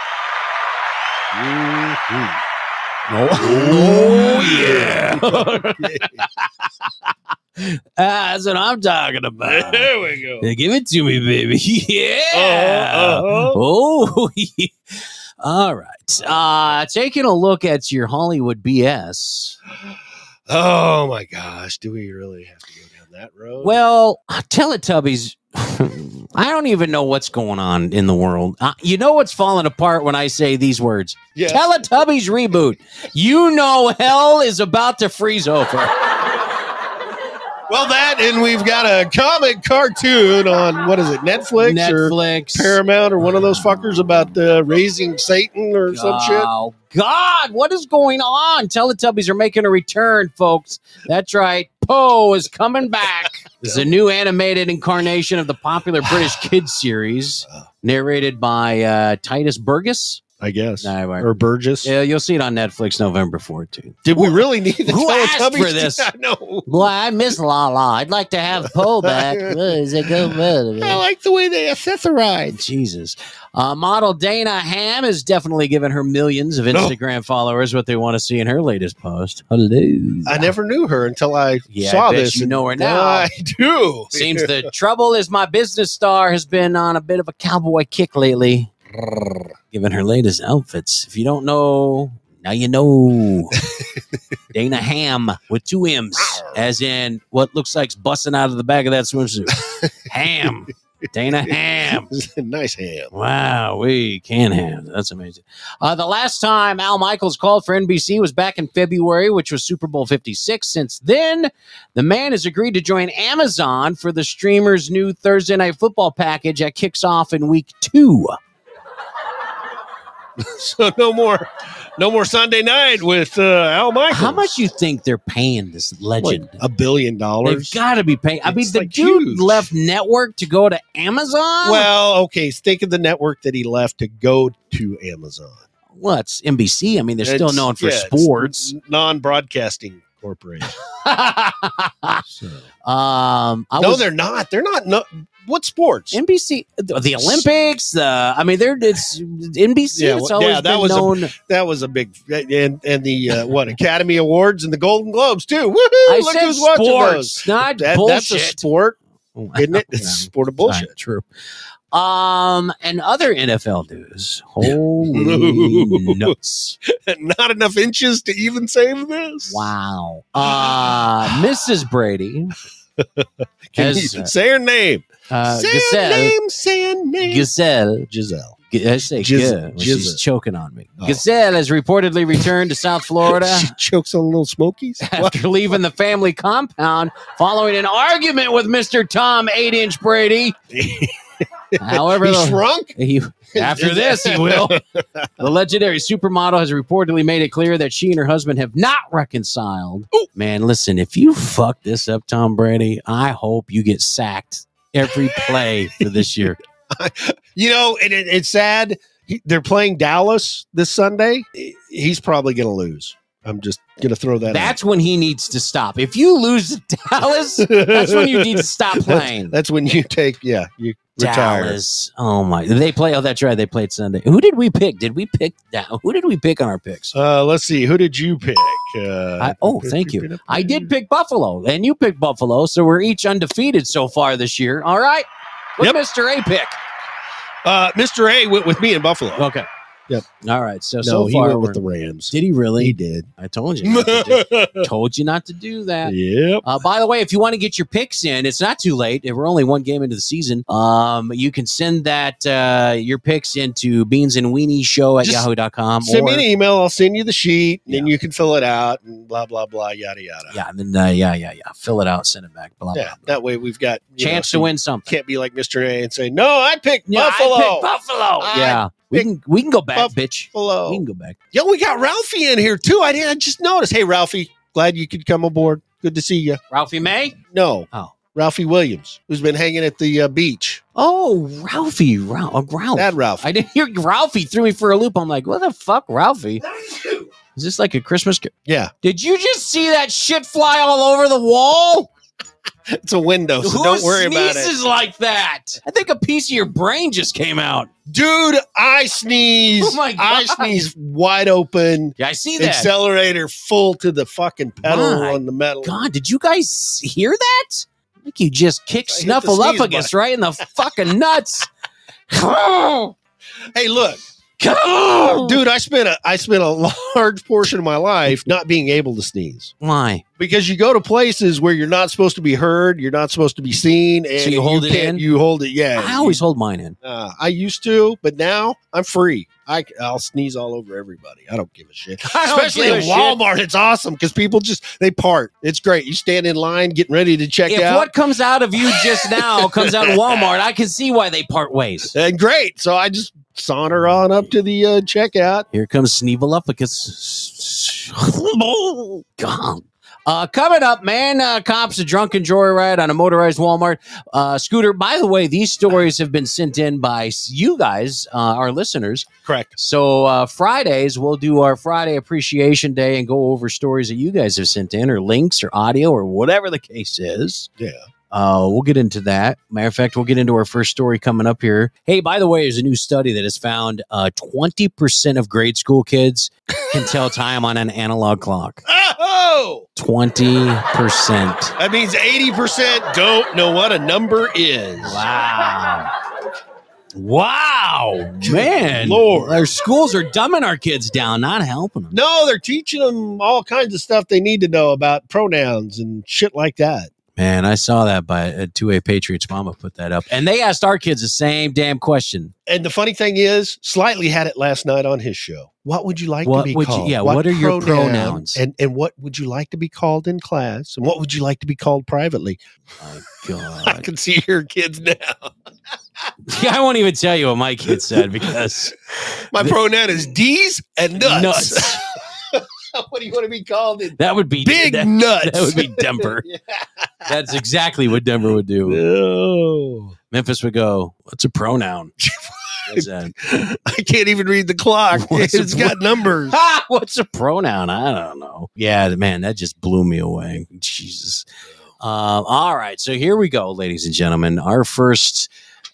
S9: No. Oh, yeah. That's what I'm talking about.
S10: There we go.
S9: Yeah, give it to me, baby. Yeah.
S10: Uh-huh, uh-huh.
S9: Oh, yeah. all right. Uh, taking a look at your Hollywood BS.
S10: Oh my gosh, do we really have to go down that road?
S9: Well, Teletubbies, I don't even know what's going on in the world. Uh, you know what's falling apart when I say these words
S10: yes.
S9: Teletubbies reboot. You know, hell is about to freeze over.
S10: well, that and we've got a comic cartoon on what is it, Netflix, or
S9: Netflix.
S10: Paramount or one of those fuckers about the raising Satan or some shit.
S9: Oh God, what is going on? Teletubbies are making a return, folks. That's right. Poe is coming back. This is a new animated incarnation of the popular British kids series,
S10: Uh.
S9: narrated by uh, Titus Burgess.
S10: I guess.
S9: No, right.
S10: Or Burgess.
S9: Yeah, you'll see it on Netflix November 14th.
S10: Did we really need the
S9: Who asked
S10: Teletubbies?
S9: for this?
S10: I know.
S9: Boy, I miss La La. I'd like to have Poe back. Well, is it good? Well,
S10: I like the way they accessorize.
S9: Jesus. Uh, model Dana Ham has definitely given her millions of Instagram followers what they want to see in her latest post. Hello.
S10: I never knew her until I
S9: Yeah, I
S10: saw
S9: bet
S10: this.
S9: you
S10: and
S9: know her now.
S10: I do.
S9: Seems the trouble is my business star has been on a bit of a cowboy kick lately, given her latest outfits. If you don't know, now you know. Dana Ham with two M's, as in what looks like busting out of the back of that swimsuit. Ham. Dana Ham.
S10: nice ham.
S9: Wow, we can have. That's amazing. Uh, the last time Al Michaels called for NBC was back in February, which was Super Bowl 56. Since then, the man has agreed to join Amazon for the streamer's new Thursday Night Football package that kicks off in week two.
S10: So no more, no more Sunday night with uh, Al Michaels.
S9: How much you think they're paying this
S10: Like
S9: legend?
S10: a billion
S9: They've
S10: dollars.
S9: got to be paying. I mean,
S10: It's
S9: the
S10: like
S9: dude
S10: huge.
S9: left network to go to Amazon.
S10: well, okay. Think of the network that he left to go to Amazon.
S9: well, it's NBC. I mean, they're still
S10: It's-
S9: known for
S10: yeah, it's
S9: sports.
S10: n- non-broadcasting corporation. So-
S9: um, I
S10: no,
S9: was-
S10: they're not. They're not. No, what sports?
S9: NBC, the Olympics. Uh, I mean, they're it's NBC.
S10: Yeah,
S9: it's
S10: well,
S9: always
S10: yeah, that
S9: been
S10: was a-
S9: known.
S10: that was a big and and the uh, what Academy Awards and the Golden Globes too. Woohoo!
S9: I
S10: Look
S9: said
S10: who's watching those.
S9: sports, not
S10: That- that's a
S9: bullshit.
S10: sport, isn't it? It's a sport of bullshit.
S9: True. Um, and other NFL news. Holy nuts!
S10: not enough inches to even save this.
S9: Wow. Uh, Mrs. Brady
S10: Can
S9: has,
S10: you say her name?
S9: uh,
S10: say her
S9: Gazelle.
S10: name. Say her name.
S9: Giselle
S10: Giselle.
S9: G- I say
S10: Giz-
S9: good. when She's
S10: Giz-
S9: choking on me.
S10: Oh.
S9: Gazelle has reportedly returned to South Florida
S10: She chokes on little smokies. What?
S9: after leaving the family compound following an argument with Mr. Tom 8 Inch Brady. However,
S10: he
S9: the-
S10: shrunk.
S9: he- after this, he will. The legendary supermodel has reportedly made it clear that she and her husband have not reconciled. Man, listen, if you fuck this up, Tom Brady, I hope you get sacked every play for this year.
S10: You know, and it, it's sad. He, they're playing Dallas this Sunday. He's probably going to lose. I'm just going to throw that.
S9: That's when he needs to stop. If you lose to Dallas,
S10: out.
S9: that's when you need to stop playing.
S10: That's when you take. Yeah, you retire.
S9: Dallas. Oh my! They play. Oh, that's right. They played Sunday. Who did we pick? Did we pick that? Who did we pick on our picks?
S10: Uh, let's see. Who did you pick? Uh,
S9: I, oh, thank you. I did pick Buffalo, and you picked Buffalo, so we're each undefeated so far this year. All right, with
S10: Yep.
S9: Mr. A pick.
S10: Uh, Mr. A went with me in Buffalo.
S9: Okay.
S10: Yep.
S9: All right. So
S10: no,
S9: so
S10: he
S9: far,
S10: went with the
S9: we're-
S10: Rams.
S9: did he really?
S10: He did.
S9: I told you. not to do-
S10: yep.
S9: told you not to do that. Uh, by the way, if you want to get your picks in, it's not too late. If We're only one game into the season. Um, you can send that uh, your picks into beans and weenie show at
S10: Just
S9: yahoo.com.
S10: Send me
S9: or-
S10: an email. I'll send you the sheet, and then you can fill it out and blah blah blah yada yada.
S9: yeah, and then uh, yeah, yeah, yeah. Fill it out, send it back. Blah, blah,
S10: Yeah,
S9: blah.
S10: that way we've got you
S9: Chance
S10: know,
S9: to win something.
S10: Can't be like Mr. A and say, "No, I picked
S9: Yeah, I
S10: Buffalo."
S9: picked Buffalo.
S10: I
S9: yeah, we can we can go back,
S10: Buff-
S9: bitch.
S10: Buffalo.
S9: We can go back.
S10: Yo, we got Ralphie in here too. I didn't. I just noticed. Hey, Ralphie, glad you could come aboard. Good to see you.
S9: Ralphie May.
S10: No,
S9: Oh,
S10: Ralphie Williams, who's been hanging at the uh, beach.
S9: oh, Ralphie, Ralph, oh, Ralph.
S10: That Ralphie.
S9: I didn't hear Ralphie threw me for a loop. I'm like, what the fuck, Ralphie? Is this like a Christmas? ca-
S10: yeah,
S9: Did you just see that shit fly all over the wall?
S10: it's a window, so
S9: Who
S10: don't worry about
S9: sneezes
S10: it,
S9: like that? I think a piece of your brain just came out.
S10: dude. I sneeze.
S9: Oh my
S10: I
S9: God.
S10: sneeze wide open.
S9: Yeah, I see that.
S10: Accelerator full to the fucking pedal
S9: My
S10: on the metal.
S9: God, did you guys hear that? I think you just kicked
S10: I hit the sneeze
S9: Snuffleupagus right in the fucking nuts.
S10: Hey, look,
S9: Dude,
S10: dude. I spent a I spent a large portion of my life not being able to sneeze.
S9: why?
S10: because you go to places where you're not supposed to be heard, you're not supposed to be seen, and
S9: you hold it
S10: can't-
S9: in?
S10: You hold it, yeah.
S9: I always hold mine in.
S10: Uh, I used to, but now I'm free. I, will sneeze all over everybody. I don't give a shit. Especially in Walmart, it's awesome because people just they part. It's great. You stand in line, getting ready to check
S9: If
S10: out,
S9: what comes out of you just now comes out of Walmart, I can see why they part ways.
S10: and great. So I just saunter on up to the uh, checkout.
S9: Here comes Sneevelupagus. God. Uh, coming up, man, uh, cops a drunken joyride on a motorized Walmart uh, scooter. By the way, these stories have been sent in by you guys, uh, our listeners.
S10: Correct.
S9: So uh, Fridays we'll do our Friday Appreciation Day and go over stories that you guys have sent in, or links, or audio, or whatever the case is.
S10: Yeah.
S9: Uh, we'll get into that. Matter of fact, we'll get into our first story coming up here. Hey, by the way, there's a new study that has found uh, 20% of grade school kids can tell time on an analog clock.
S10: Oh,
S9: 20%.
S10: that means eighty percent don't know what a number is.
S9: Wow. Wow. Man.
S10: Lord.
S9: Our schools are dumbing our kids down, not helping them.
S10: No, they're teaching them all kinds of stuff they need to know about pronouns and shit like that.
S9: Man, I saw that by uh, two A Patriots Mama put that up, and they asked our kids the same damn question.
S10: And the funny thing is, Slightly had it last night on his show. What would you like to
S9: What
S10: be
S9: would you-
S10: called?
S9: yeah, what are your pronouns?
S10: And and what would you like to be called in class? And what would you like to be called privately?
S9: My
S10: I
S9: God,
S10: can see your kids now.
S9: I won't even tell you what my kids said because
S10: My pronoun is D's and nuts.
S9: nuts.
S10: what do you want to be called in?
S9: That would be
S10: Big
S9: That,
S10: nuts.
S9: that would be Denver.
S10: Yeah.
S9: That's exactly what Denver would do.
S10: No.
S9: Memphis would go, "What's a pronoun?" What's that?
S10: I can't even read the clock.
S9: What's a
S10: it's got numbers.
S9: Ah, what's a pronoun? I don't know. Yeah, man, that just blew me away. Jesus. Um, all right, so here we go, ladies and gentlemen. Our first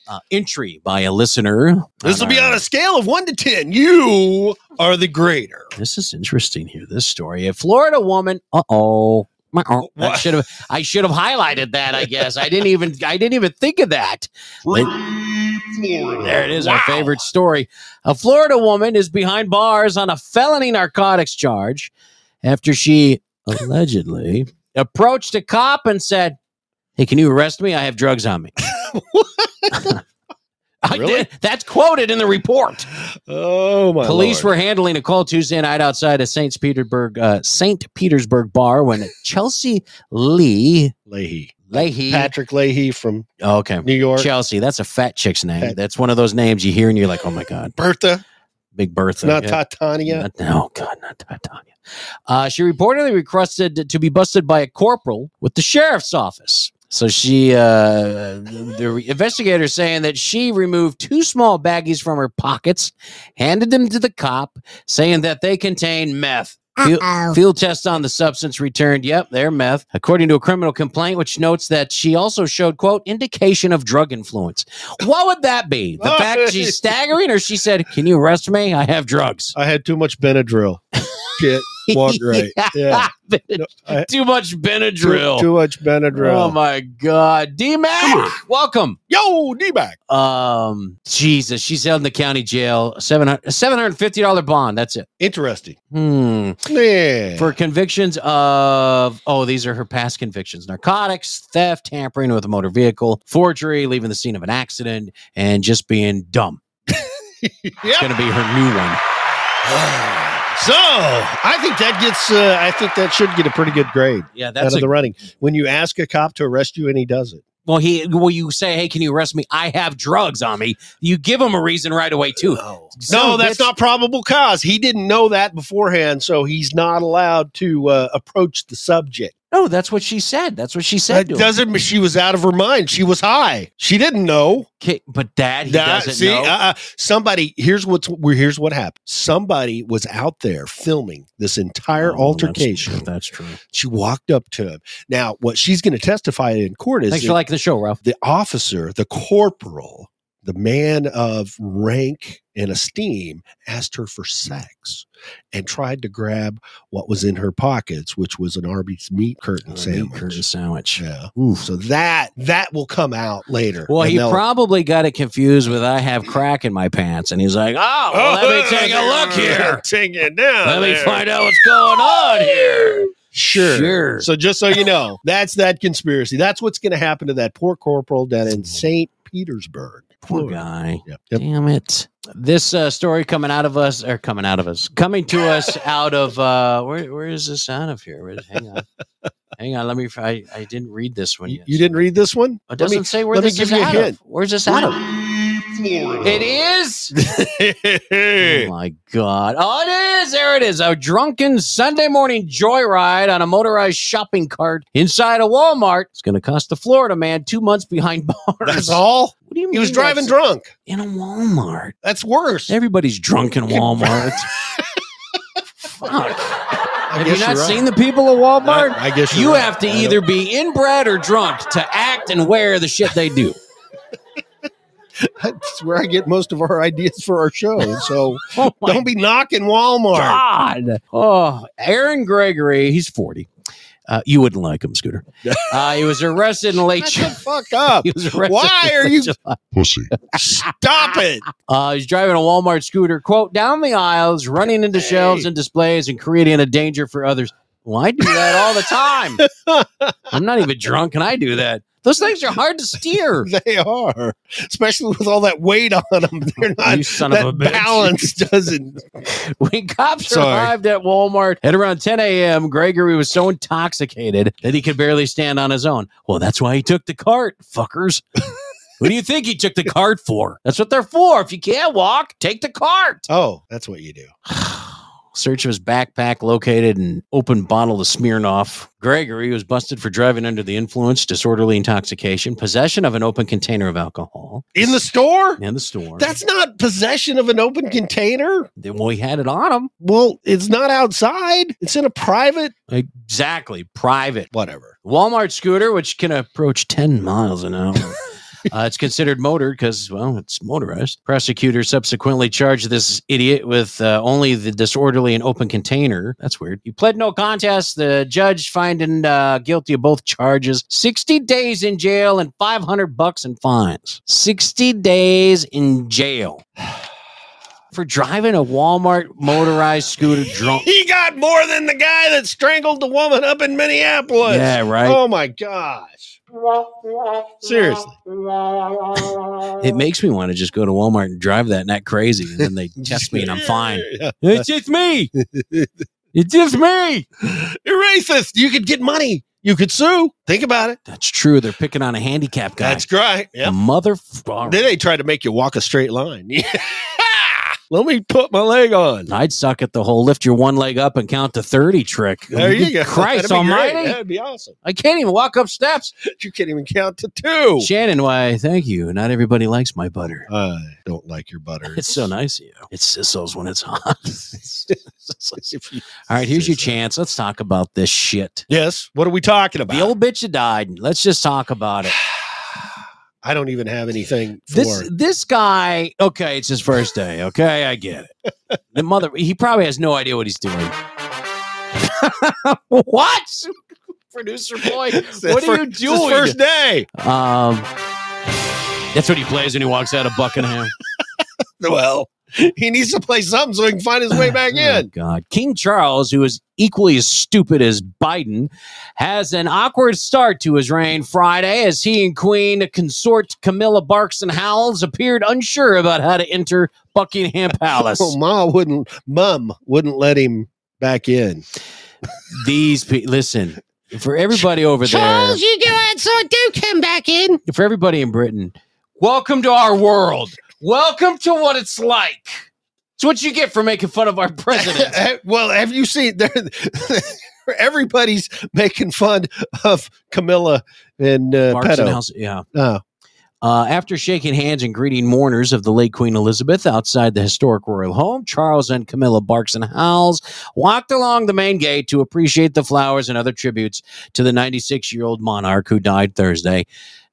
S9: uh, entry by a listener.
S10: This will be
S9: our-
S10: on a scale of one to ten. You are the greater.
S9: This is interesting here. This story. A Florida woman. Uh oh. I
S10: What?
S9: should have. I should have highlighted that. I guess I didn't even. I didn't even think of that. There it is. Our favorite story. A Florida woman is behind bars on a felony narcotics charge after she allegedly approached a cop and said, "Hey, can you arrest me? I have drugs on me." I
S10: Really?
S9: did. That's quoted in the report.
S10: Oh my!
S9: Police
S10: Lord.
S9: were handling a call Tuesday night outside a Saint Petersburg uh, Saint Petersburg bar when Chelsea Lee
S10: Leahy.
S9: Leahy.
S10: Patrick Leahy from
S9: Oh, okay.
S10: New York.
S9: Chelsea. That's a fat chick's name.
S10: Fat-
S9: That's one of those names you hear and you're like, oh my God,
S10: Bertha.
S9: Big
S10: It's
S9: Bertha.
S10: not
S9: Yeah.
S10: Titania.
S9: Not- no, God, not Titania. Uh, she reportedly requested to be busted by a corporal with the sheriff's office. So she, uh, the investigator saying that she removed two small baggies from her pockets, handed them to the cop, saying that they contained meth. Field, field test on the substance returned. Yep, they're meth. According to a criminal complaint, which notes that she also showed, quote, indication of drug influence. What would that be? The fact she's staggering, or she said, Can you arrest me? I have drugs.
S10: I had too much Benadryl. Shit. Walked right. Yeah. No, I-
S9: Too much Benadryl.
S10: Too, too much Benadryl.
S9: Oh my God. D Mac, welcome.
S10: Yo, D back.
S9: Um, Jesus, she's held in the county jail. 700, $750 bond. That's it.
S10: Interesting.
S9: Hmm.
S10: Yeah.
S9: For convictions of, oh, these are her past convictions narcotics, theft, tampering with a motor vehicle, forgery, leaving the scene of an accident, and just being dumb. It's
S10: yeah.
S9: going to be her new one.
S10: So I think that gets. Uh, I think that should get a pretty good grade
S9: Yeah, that's
S10: out of
S9: a,
S10: the running. When you ask a cop to arrest you and he does it,
S9: well. He well, you say, "Hey, can you arrest me? I have drugs on me." You give him a reason right away, too.
S10: no,
S9: Son of a
S10: that's
S9: bitch.
S10: not probable cause. He didn't know that beforehand, so he's not allowed to uh, approach the subject.
S9: No, that's what she said. That's what she
S10: That
S9: said. to him.
S10: doesn't. mean She was out of her mind. She was high. She didn't know.
S9: Okay, but that he
S10: That-
S9: doesn't
S10: see,
S9: know.
S10: uh, somebody. Here's what's. well, Here's what happened. Somebody was out there filming this entire
S9: Oh,
S10: altercation.
S9: That's, that's true.
S10: She walked up to him. Now, what she's going to testify in court is
S9: Thanks
S10: that-
S9: for liking the show, Ralph.
S10: the officer, the corporal, the man of rank and esteem asked her for sex and tried to grab what was in her pockets, which was an Arby's meat curtain sandwich.
S9: Curtain sandwich.
S10: Yeah. So that that will come out later.
S9: Well,
S10: And
S9: he
S10: they'll-
S9: probably got it confused with "I have crack in my pants," and he's like, "Oh, well, let me take a look here.
S10: Take it down.
S9: Let me
S10: there."
S9: find out what's going on here."
S10: Sure.
S9: Sure.
S10: So just so you know, that's that conspiracy. That's what's going to happen to that poor corporal down in St. Petersburg.
S9: Poor
S10: Florida.
S9: guy.
S10: Yep. Yep.
S9: Damn it. This uh, story coming out of us, or coming out of us, coming to us out of uh, where? Where is this out of here? Where- hang on, hang on. Let me. I, I didn't read this one
S10: You,
S9: yet.
S10: you didn't read this one?
S9: It
S10: Let me-
S9: doesn't say where
S10: let me
S9: this
S10: give
S9: is
S10: you a
S9: out
S10: hint.
S9: of. Where's this out of?
S8: Florida.
S9: It is. Oh my God. Oh, it is. There it is. A drunken Sunday morning joyride on a motorized shopping cart inside a Walmart. It's going to cost the Florida man two months behind bars.
S10: That's all.
S9: What do you mean?
S10: He was driving
S9: that's-
S10: drunk.
S9: in a Walmart.
S10: That's worse.
S9: Everybody's drunk in Walmart. Fuck. Have you not seen the people at Walmart?
S10: I, I guess
S9: you
S10: you're right.
S9: have to
S10: I
S9: either be inbred or drunk to act and wear the shit they do.
S10: don't- That's where I get most of our ideas for our show. So
S9: Oh my
S10: don't be knocking Walmart.
S9: God. Oh, Aaron Gregory, he's 40. Uh, you wouldn't like him, Scooter. Uh, he was arrested in late.
S10: Shut the fuck up.
S9: He was arrested
S10: Why
S9: in
S10: are
S9: late
S10: you-
S9: July.
S2: Pussy.
S10: Stop it.
S9: Uh, he's driving a Walmart scooter, quote, down the aisles, running into shelves and displays and creating a danger for others. Well, I do that all the time. I'm not even drunk and I do that. Those things are hard to steer.
S10: They are, especially with all that weight on them. They're not.
S9: You son
S10: that
S9: of a bitch.
S10: balance doesn't.
S9: When cops
S10: Sorry.
S9: arrived at Walmart at around 10 a.m., Gregory was so intoxicated that he could barely stand on his own. Well, that's why he took the cart, fuckers. what do you think he took the cart for? That's what they're for. If you can't walk, take the cart.
S10: Oh, that's what you do.
S9: Search of his backpack located an open bottle of Smirnoff. Gregory was busted for driving under the influence, disorderly intoxication, possession of an open container of alcohol
S10: In the store?
S9: in the store.
S10: That's not possession of an open container.
S9: well, he had it on him.
S10: Well, it's not outside. It's in a private.
S9: Exactly. Private.
S10: Whatever.
S9: Walmart scooter, which can approach 10 miles an hour. Uh, it's considered motor because, well, it's motorized. Prosecutors subsequently charged this idiot with uh, only the disorderly and open container. That's weird. He pled no contest. The judge finding uh, guilty of both charges. 60 days in jail and 500 bucks in fines. 60 days in jail for driving a Walmart motorized scooter drunk.
S10: He got more than the guy that strangled the woman up in Minneapolis.
S9: Yeah, right.
S10: Oh my gosh. Seriously.
S9: It makes me want to just go to Walmart and drive that, not crazy. And then they test me and I'm fine. It's just me. It's just me.
S10: You're racist. You could get money. You could sue. Think about it.
S9: That's true. They're picking on a handicap guy.
S10: That's right. Yeah.
S9: Mother.
S10: Then they try to make you walk a straight line. Let me put my leg on.
S9: I'd suck at the whole lift your one leg up and count to 30 trick.
S10: There you go.
S9: Christ
S10: That'd be great.
S9: almighty.
S10: That'd be awesome.
S9: I can't even walk up steps.
S10: You can't even count to two.
S9: Shannon, why, thank you. Not everybody likes my butter.
S10: I don't like your butter.
S9: It's so nice of you. It sizzles when it's hot. All right, here's your chance. Let's talk about this shit.
S10: Yes. What are we talking about?
S9: The old bitch that died. Let's just talk about it.
S10: I don't even have anything for
S9: This
S10: it.
S9: this guy, okay, it's his first day. Okay, I get it. The mother, he probably has no idea what he's doing. what? Producer boy,
S10: It's
S9: what
S10: his
S9: are
S10: fir-
S9: you
S10: it's his
S9: doing?
S10: First day.
S9: Um, that's what he plays when he walks out of Buckingham.
S10: Well, he needs to play something so he can find his way back
S9: Oh,
S10: in.
S9: God. King Charles, who is equally as stupid as Biden, has an awkward start to his reign Friday as he and Queen consort Camilla Barkson Howells appeared unsure about how to enter Buckingham Palace.
S10: Well, Ma wouldn't, Mum wouldn't let him back in.
S9: These people, listen, for everybody over there,
S10: you do it, so do come back in.
S9: for everybody in Britain, welcome to our world. Welcome to what it's like. It's what you get for making fun of our president.
S10: Eh, well, have you seen there? Everybody's making fun of Camilla and uh,
S9: Barks and
S10: Pedo.
S9: House- yeah.
S10: Oh,
S9: Uh, after shaking hands and greeting mourners of the late Queen Elizabeth outside the historic royal home, Charles and Camilla Barks and Howells walked along the main gate to appreciate the flowers and other tributes to the 96 year old monarch who died Thursday.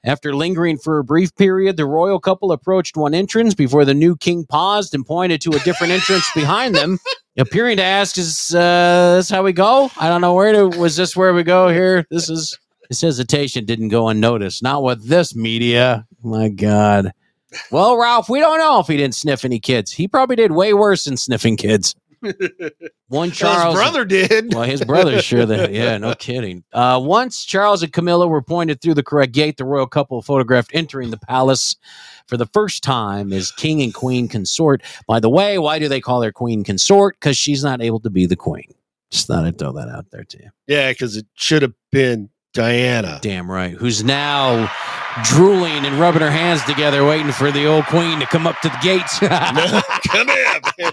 S9: After lingering for a brief period, the royal couple approached one entrance before the new king paused and pointed to a different entrance behind them, appearing to ask, "Is uh, this how we go? I don't know where to. Was this where we go here? This is." His hesitation didn't go unnoticed. Not with this media. My God. Well, Ralph, we don't know if he didn't sniff any kids. He probably did way worse than sniffing kids. One Charles
S10: his brother did.
S9: well, his brother sure that. Yeah, no kidding. Uh, once Charles and Camilla were pointed through the correct gate, the royal couple photographed entering the palace for the first time as king and queen consort. By the way, why do they call her queen consort? Because she's not able to be the queen. Just thought I'd throw that out there to you.
S10: Yeah, because it should have been Diana.
S9: Damn right. Who's now drooling and rubbing her hands together, waiting for the old queen to come up to the gates.
S10: Come in.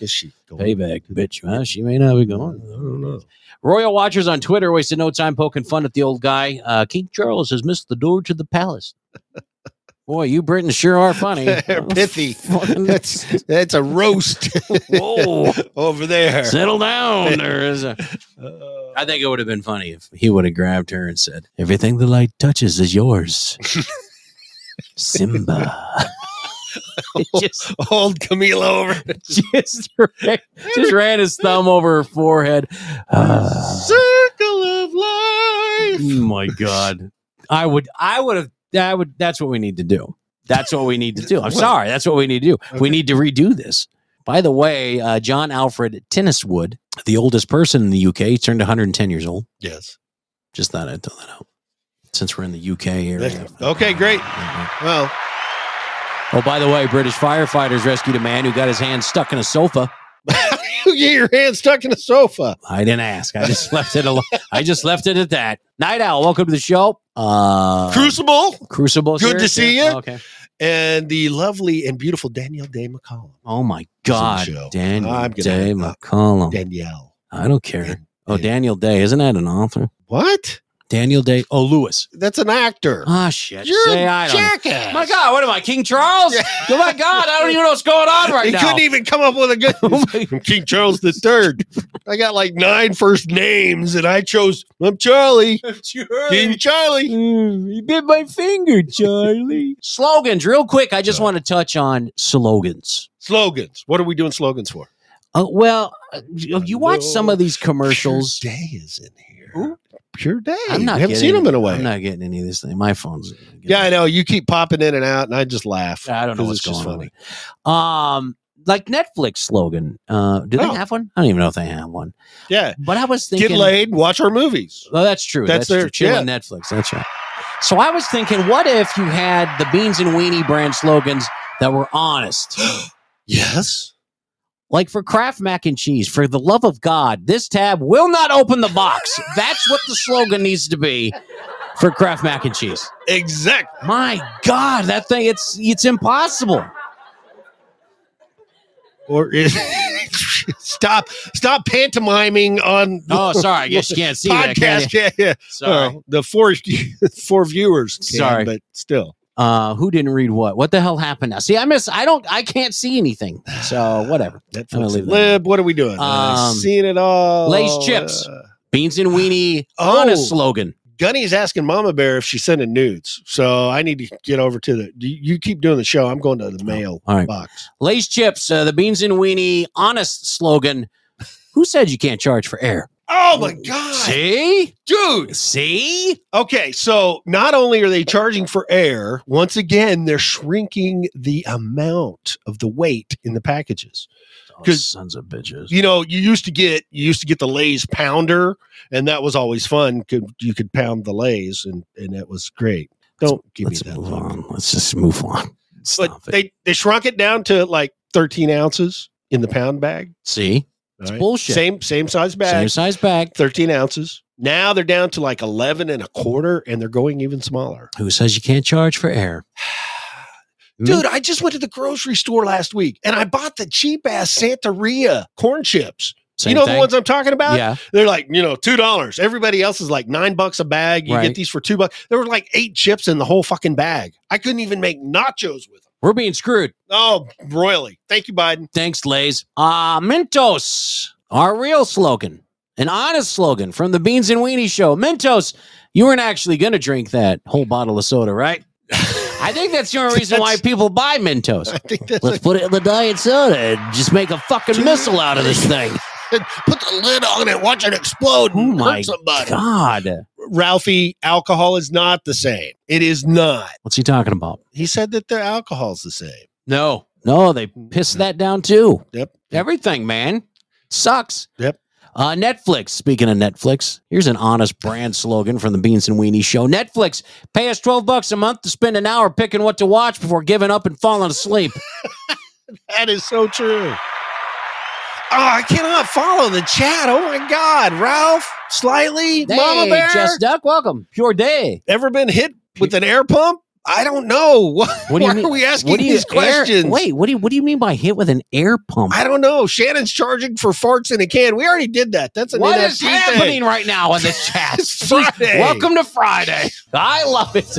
S10: Is she going?
S9: Payback, bitch. Well, she may not be going. I don't know. Royal watchers on Twitter wasted no time poking fun at the old guy. Uh, King Charles has missed the door to the palace. Boy, you Britons sure are funny.
S10: Pithy.
S9: Fucking-
S10: That's that's a roast
S9: Whoa,
S10: over there.
S9: settle down. There is a. I think it would have been funny if he would have grabbed her and said, "Everything the light touches is yours." Simba. It just
S10: Old Camila over.
S9: just, ran, just ran his thumb over her forehead. Ah.
S10: Circle of life.
S9: Oh my god. I would I would have I would that's what we need to do. That's what we need to do. I'm sorry. That's what we need to do. We need to redo this. By the way, uh, John Alfred Tenniswood, the oldest person in the UK, he turned 110 years old.
S10: Yes.
S9: Just thought I'd throw that out. Since we're in the UK area.
S10: Okay, great. Well,
S9: Oh, by the way, British firefighters rescued a man who got his hand stuck in a sofa.
S10: you get your hand stuck in a sofa.
S9: I didn't ask. I just left it alone. I just left it at that. Night Owl, welcome to the show. Uh,
S10: Crucible
S9: Crucible.
S10: Good to
S9: series?
S10: see
S9: Yeah.
S10: you.
S9: Okay.
S10: and the lovely and beautiful Danielle Day McCollum.
S9: Oh my
S10: It's
S9: God,
S10: a show.
S9: Daniel
S10: I'm gonna
S9: Day
S10: look up
S9: McCollum.
S10: Danielle.
S9: I don't care.
S10: Dan-
S9: Oh,
S10: Dan-
S9: Daniel Day, isn't that an author?
S10: What?
S9: Daniel Day. Oh, Lewis.
S10: That's an actor.
S9: Ah, shit.
S10: You're
S9: Say
S10: a
S9: I don't.
S10: jackass.
S9: My God, what am I, King Charles? Oh my God, I don't even know what's going on right
S10: he
S9: now. Oh
S10: couldn't even come up with a good. I'm King Charles the Third. I got like nine first names, and I chose I'm Charlie, King Charlie.
S9: Mm, you bit my finger, Charlie. slogans, real quick. I just want to touch on slogans.
S10: Slogans. What are we doing slogans for?
S9: Uh, well, uh, you you watch some of these commercials.
S10: Pure Day is in here.
S9: Who?
S10: Pure Day.
S9: I'm not
S10: We haven't
S9: getting
S10: seen him in a
S9: I'm
S10: way.
S9: not getting any of this thing. My phone's.
S10: Yeah, I know. You keep popping in and out, and I just laugh.
S9: I don't know
S10: 'Cause
S9: what's
S10: it's just
S9: going on. Um, like Netflix slogan. Uh, do they
S10: Oh.
S9: have one? I don't even know if they have one.
S10: Yeah.
S9: But I was thinking,
S10: Get laid, watch our movies.
S9: well, that's true.
S10: That's
S9: That's, true.
S10: their-
S9: Chill on Netflix. That's right. So I was thinking, what if you had the Beans and Weenie brand slogans that were honest?
S10: Yes.
S9: Like for Kraft mac and cheese, for the love of God, this tab will not open the box. That's what the slogan needs to be for Kraft mac and cheese.
S10: Exactly.
S9: My God, that thing it's it's impossible.
S10: Or stop stop pantomiming on.
S9: Oh, sorry, I guess you can't see that, can
S10: podcast. yeah, yeah.
S9: Sorry.
S10: Well, the four four viewers. can,
S9: Sorry.
S10: but still.
S9: Uh, who didn't read what? What the hell happened now? See, I miss. I don't. I can't see anything. So whatever. I'm gonna
S10: Netflix
S9: leave
S10: and
S9: that.
S10: Lib, what are we doing? Uh,
S9: Um,
S10: Seeing it all.
S9: Lay's chips.
S10: Uh,
S9: Beans and weenie
S10: Oh.
S9: on a slogan.
S10: Gunny's asking Mama Bear if she's sending nudes, so I need to get over to the. You, you keep doing the show. I'm going to the mail
S9: Oh, all right.
S10: box.
S9: Lay's chips. Uh, the beans and weenie honest slogan. Who said you can't charge for air?
S10: Oh my god,
S9: See,
S10: dude!
S9: see.
S10: Okay, so not only are they charging for air, once again they're shrinking the amount of the weight in the packages.
S9: Oh,
S10: 'Cause-
S9: sons of bitches.
S10: You know, you used to get you used to get the Lay's pounder, and that was always fun. Could you could pound the Lays, and and that was great. Don't give me
S9: Let's
S10: that.
S9: move
S10: look.
S9: on. Let's just move on.
S10: But
S9: Stop it.
S10: they they shrunk it down to like 13 ounces in the pound bag.
S9: see, it's
S10: All right.
S9: bullshit.
S10: Same same size
S9: Same
S10: bag,
S9: size bag.
S10: 13 ounces. Now they're down to like 11 and a quarter, and they're going even smaller.
S9: Who says you can't charge for air? Me?
S10: Dude, I just went to the grocery store last week and I bought the cheap ass Santeria corn chips.
S9: Same
S10: you know
S9: thing.
S10: the ones I'm talking about?
S9: Yeah.
S10: They're like, you know, two dollars. Everybody else is like nine bucks a bag. You
S9: Right.
S10: get these for two bucks. There were like eight chips in the whole fucking bag. I couldn't even make nachos with them.
S9: We're being screwed.
S10: Oh, royally. Thank you, Biden.
S9: Thanks, Lays. Ah, Mentos, our real slogan, an honest slogan from the Beans and Weenie Show. Mentos, you weren't actually going to drink that whole bottle of soda, right? I think that's the only reason why
S10: That's-
S9: people buy Mentos.
S10: I think that's
S9: Let's put it in the diet soda and just make a fucking missile out of this thing.
S10: put the lid on it, watch it explode,
S9: Oh
S10: and
S9: my
S10: hurt somebody.
S9: God.
S10: Ralphie, alcohol is not the same. It is not.
S9: What's he talking about?
S10: He said that the alcohol's the same.
S9: No. No, they pissed that down too.
S10: Yep.
S9: Everything, man. Sucks.
S10: Yep.
S9: Uh, Netflix. Speaking of Netflix, here's an honest brand slogan from the Beans and Weenie Show. Netflix, pay us 12 bucks a month to spend an hour picking what to watch before giving up and falling asleep.
S10: That is so true. Oh, I cannot follow the chat. Oh my God. Ralph, Slightly, Mama
S9: Hey,
S10: Bear.
S9: Just Duck, welcome. Pure day.
S10: Ever been hit with an air pump? I don't know. What,
S9: What do you
S10: why
S9: mean-
S10: are we asking
S9: What do you
S10: these
S9: air-
S10: questions?
S9: wait, what do you what do you mean by hit with an air pump?
S10: I don't know. Shannon's charging for farts in a can. We already did that. That's an
S9: What
S10: NFT
S9: is
S10: thing.
S9: happening right now in the chat?
S10: It's Friday.
S9: Welcome to Friday. I love it.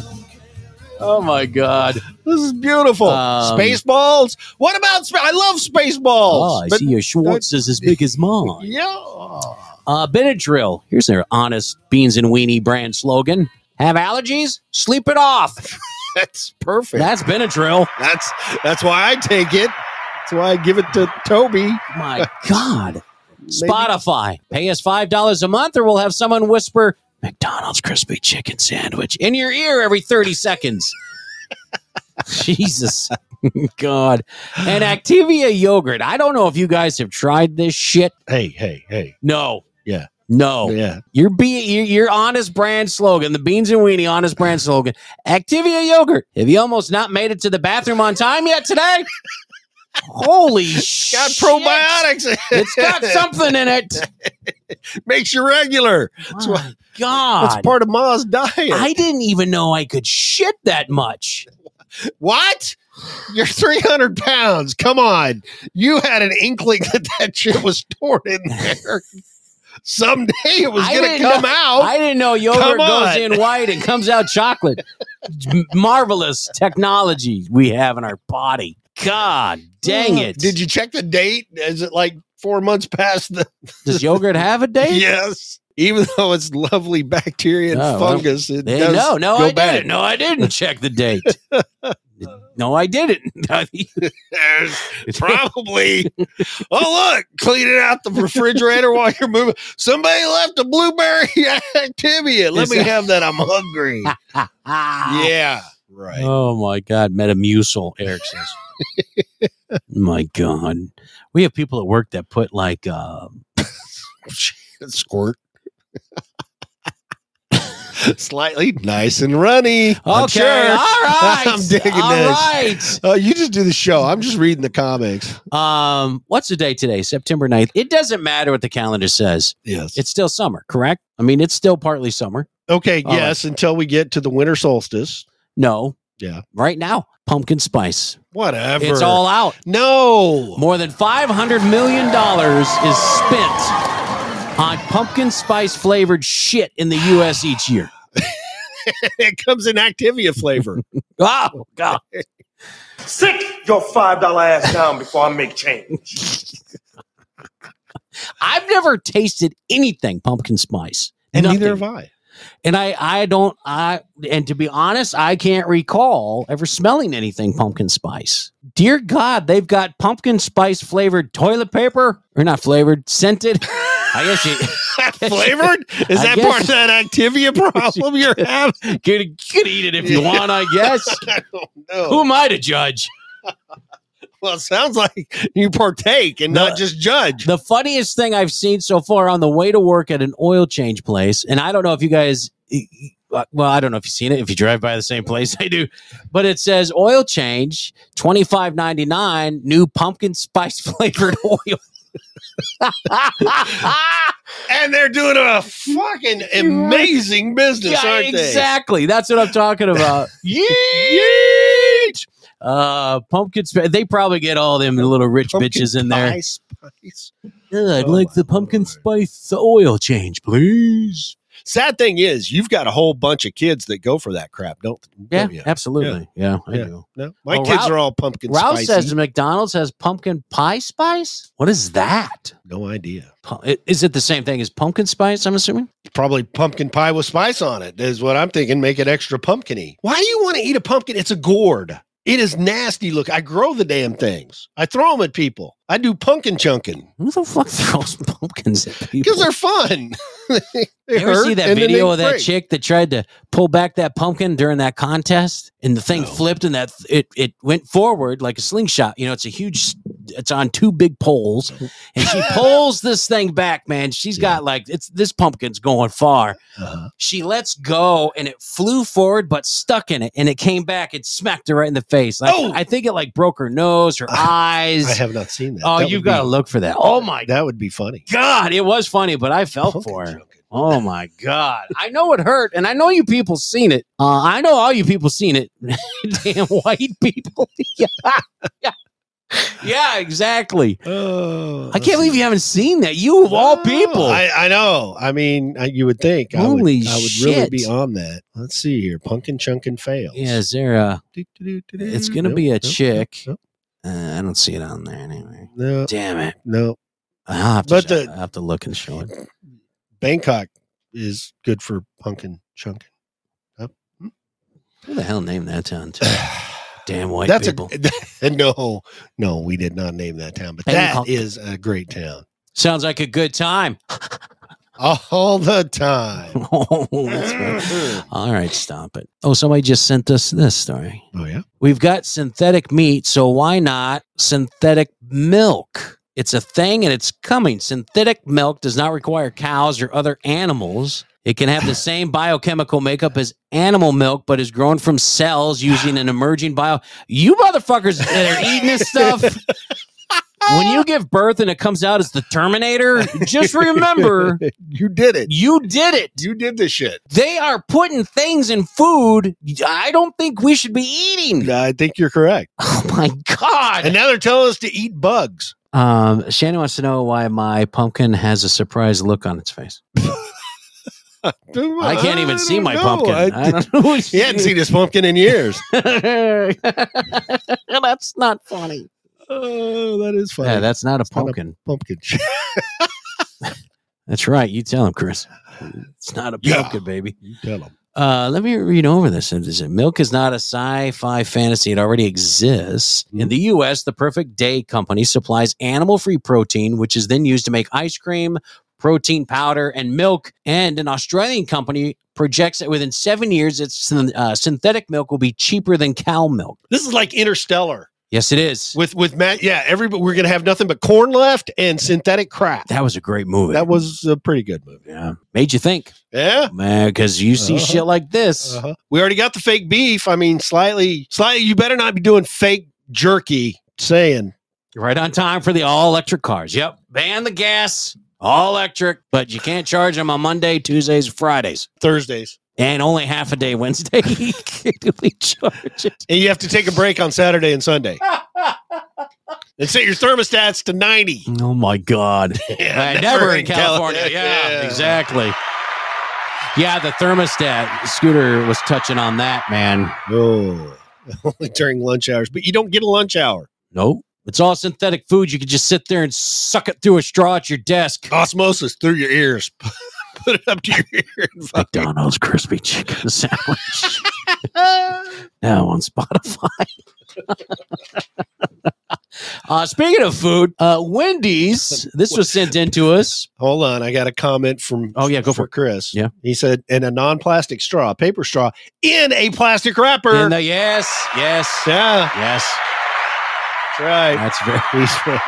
S9: Oh my God.
S10: This is beautiful.
S9: Um,
S10: Spaceballs. What about spa- I love Spaceballs.
S9: Oh, I
S10: But-
S9: see your Schwartz is as big as mine.
S10: yeah.
S9: Uh, Benadryl. Here's their honest beans and weenie brand slogan. Have allergies? Sleep it off.
S10: That's perfect.
S9: That's Benadryl.
S10: that's that's why I take it. That's why I give it to Toby.
S9: My God.
S10: Maybe-
S9: Spotify. Pay us $5 a month or we'll have someone whisper McDonald's crispy chicken sandwich in your ear every 30 seconds. Jesus. God. And Activia yogurt. I don't know if you guys have tried this shit.
S10: Hey, hey, hey.
S9: No.
S10: Yeah.
S9: No.
S10: Yeah.
S9: Your be your, your honest brand slogan, the beans and weenie honest brand slogan, Activia yogurt. Have you almost not made it to the bathroom on time yet today? Holy
S10: Got
S9: shit.
S10: probiotics.
S9: It's got something in it.
S10: Makes you regular.
S9: That's
S10: why- That's
S9: God,
S10: part of Ma's diet.
S9: I didn't even know I could shit that much.
S10: what? You're 300 pounds. Come on. You had an inkling that that shit was stored in there. Someday it was
S9: I
S10: going to
S9: didn't
S10: come
S9: know-
S10: out.
S9: I didn't know yogurt
S10: Oh, Come
S9: goes
S10: on.
S9: in white and comes out chocolate. M- Marvelous technology we have in our body. God dang it!
S10: Did you check the date? Is it like four months past the
S9: Does yogurt have a date?
S10: yes? Even though it's lovely bacteria and
S9: Oh, well,
S10: fungus, it
S9: Hey,
S10: does
S9: no, no,
S10: go
S9: I
S10: bad.
S9: didn't. No, I didn't check the date. no, I didn't.
S10: There's probably. oh look, cleaning out the refrigerator while you're moving. Somebody left a blueberry activia. Let
S9: Is
S10: me
S9: that-
S10: have that. I'm hungry.
S9: yeah.
S10: yeah, right.
S9: Oh my God, Metamucil, Eric says. my God, we have people at work that put like
S10: Oh,
S9: uh,
S10: Squirt. Slightly nice and runny. Okay.
S9: Okay, all right,
S10: I'm digging
S9: all
S10: this.
S9: right.
S10: Uh, you just do the show. I'm just reading the comics.
S9: Um, what's the day today? September 9th. It doesn't matter what the calendar says.
S10: Yes.
S9: It's still summer, correct? I mean, it's still partly summer.
S10: okay.
S9: All
S10: yes. Until we get to the winter solstice.
S9: No.
S10: Yeah.
S9: Right now, pumpkin spice.
S10: Whatever.
S9: It's all out.
S10: No.
S9: More than $500 million is spent on pumpkin spice flavored shit in the U.S. each year.
S10: it comes in Activia flavor.
S9: Oh, God.
S4: Sit your five dollar ass down before I make change.
S9: I've never tasted anything pumpkin spice.
S10: and
S9: Nothing.
S10: neither have I.
S9: And I, I don't, I, and to be honest, I can't recall ever smelling anything pumpkin spice. Dear God, they've got pumpkin spice flavored toilet paper, or not flavored, scented. I guess you
S10: Flavored? Is
S9: I
S10: that
S9: guess-
S10: part of that Activia problem you're having?
S9: could, could eat it if you want, I guess.
S10: I don't know.
S9: Who am I to judge?
S10: Well, it sounds like you partake and
S9: No.
S10: not just judge.
S9: The funniest thing I've seen so far on the way to work at an oil change place, and I don't know if you guys, uh, well, I don't know if you've seen it if you drive by the same place I do, but it says oil change twenty five ninety nine, new pumpkin spice flavored oil.
S10: And they're doing a fucking amazing business,
S9: Yeah,
S10: aren't they?
S9: exactly. That's what I'm talking about.
S10: Yeet!
S9: Uh, pumpkin spice. They probably get all them little rich bitches in there.
S10: Spice, spice.
S9: "Ugh, I'd
S10: Oh
S9: like
S10: my
S9: the pumpkin
S10: Lord.
S9: spice oil change, please.
S10: Sad thing is, you've got a whole bunch of kids that go for that crap, don't
S9: Yeah,
S10: don't you?
S9: absolutely. Yeah, I
S10: Oh, Yeah.
S9: do.
S10: No, my
S9: Well,
S10: kids
S9: Ralph-
S10: are all pumpkin
S9: Ralph
S10: spicy.
S9: says McDonald's has pumpkin pie spice. What is that?
S10: no idea.
S9: Pu- i- Is it the same thing as pumpkin spice? I'm assuming.
S10: Probably pumpkin pie with spice on it is what I'm thinking. Make it extra pumpkiny. Why do you want to eat a pumpkin? It's a gourd. It is nasty. Look, I grow the damn things. I throw them at people. I do pumpkin chunking.
S9: Who the fuck throws pumpkins at people?
S10: because they're fun. They
S9: You ever see
S10: hurt,
S9: that
S10: and then
S9: video
S10: they
S9: of that
S10: break.
S9: chick that tried to pull back that pumpkin during that contest, and the thing
S10: No.
S9: flipped, and that it it went forward like a slingshot. You know, it's a huge. It's on two big poles, and she pulls this thing back. Man, she's got like it's this pumpkin's going far.
S10: Uh-huh.
S9: She lets go and it flew forward, but stuck in it, and it came back and smacked her right in the face. Like,
S10: Oh!
S9: I think it like broke her nose, her
S10: I
S9: eyes.
S10: have not seen that.
S9: Oh,
S10: That
S9: you've
S10: would
S9: got to
S10: be-
S9: look for that. Oh my
S10: That would be funny.
S9: god, it was funny, but I felt
S10: Pumpkin
S9: for her.
S10: chunking.
S9: Oh my god, I know it hurt, and I know you people seen it. Uh, I know all you people seen it. Damn white people. yeah, yeah, yeah, exactly.
S10: Oh,
S9: I can't believe you haven't seen that. You of all people.
S10: I, I know. I mean, I, you would think I
S9: Holy
S10: would, I would really
S9: shit.
S10: be on that. Let's see here. Pumpkin chunkin fails.
S9: yeah, is there a?
S10: Do-do-do-do-do.
S9: It's gonna
S10: Nope,
S9: be a
S10: nope,
S9: chick.
S10: nope,
S9: Uh, I don't see it on there anyway.
S10: nope. No,
S9: Damn it.
S10: no.
S9: I'll have, to
S10: But
S9: show-
S10: the-
S9: I'll have to look and show it.
S10: Bangkok is good for pumpkin chunkin.
S9: Who the hell named that town? Too? Damn white
S10: That's
S9: people.
S10: a no, no. We did not name that town, but
S9: Bangkok.
S10: that is a great town.
S9: Sounds like a good time.
S10: All the time.
S9: Oh, that's right. All right, stop it. Oh, somebody just sent us this story.
S10: Oh yeah.
S9: We've got synthetic meat, so why not synthetic milk? It's a thing and it's coming. Synthetic milk does not require cows or other animals. It can have the same biochemical makeup as animal milk, but is grown from cells using an emerging bio. You motherfuckers that are eating this stuff. When you give birth and it comes out as the Terminator, just remember
S10: you did it.
S9: you did it.
S10: You did this shit.
S9: They are putting things in food I don't think we should be eating.
S10: I think you're correct.
S9: Oh my God.
S10: And now they're telling us to eat bugs.
S9: Um, Shannon wants to know why my pumpkin has a surprised look on its face. I can't even see
S10: don't
S9: my
S10: know.
S9: pumpkin.
S10: I-
S9: I don't know. what
S10: he hadn't seen this pumpkin in years.
S9: that's not funny.
S10: oh, that is funny.
S9: Yeah, that's not a
S10: not a-
S9: pumpkin.
S10: pumpkin.
S9: That's right. You tell him, Chris. It's not a
S10: Yeah.
S9: pumpkin, baby.
S10: you tell them.
S9: Uh, let me read over this. It says, Milk is not a sci fi fantasy. It already exists.
S10: Mm-hmm.
S9: In the U.S., the Perfect Day Company supplies animal free protein, which is then used to make ice cream, protein powder, and milk. And an Australian company projects that within seven years, its syn- uh, synthetic milk will be cheaper than cow milk.
S10: This is like Interstellar.
S9: Yes, it is.
S10: with with Matt. Yeah, everybody. We're gonna have nothing but corn left and synthetic crap.
S9: That was a great movie.
S10: That was a pretty good movie.
S9: yeah. Made you think,
S10: Yeah.
S9: man, because you see
S10: Uh-huh.
S9: shit like this.
S10: Uh-huh. We already got the fake beef. I mean, slightly, slightly. You better not be doing fake jerky. Saying
S9: Right on time for the all electric cars. Yep. Ban the gas, all electric, but you can't charge them on Monday, Tuesdays, or Fridays.
S10: Thursdays,
S9: And only half a day Wednesday. you can't really charge it.
S10: and you have to take a break on Saturday and Sunday, and set your thermostats to ninety.
S9: Oh my God.
S10: Yeah,
S9: Uh, never, in California. Yeah, exactly. Yeah, the thermostat scooter was touching on that, man.
S10: Oh, only during lunch hours, but you don't get a lunch hour.
S9: Nope. It's all synthetic food. You could just sit there and suck it through a straw at your desk.
S10: Osmosis through your ears. Put it up to your ear. and fucking-
S9: McDonald's crispy chicken sandwich. now on Spotify. uh, speaking of food, uh, Wendy's, this was sent in to us.
S10: Hold on, I got a comment from
S9: Oh, yeah, go for
S10: for
S9: it.
S10: Chris.
S9: Yeah.
S10: He said, in a non plastic straw, paper straw, in a plastic wrapper.
S9: In the, yes, yes,
S10: yeah,
S9: yes.
S10: that's right.
S9: That's very.
S10: He's right.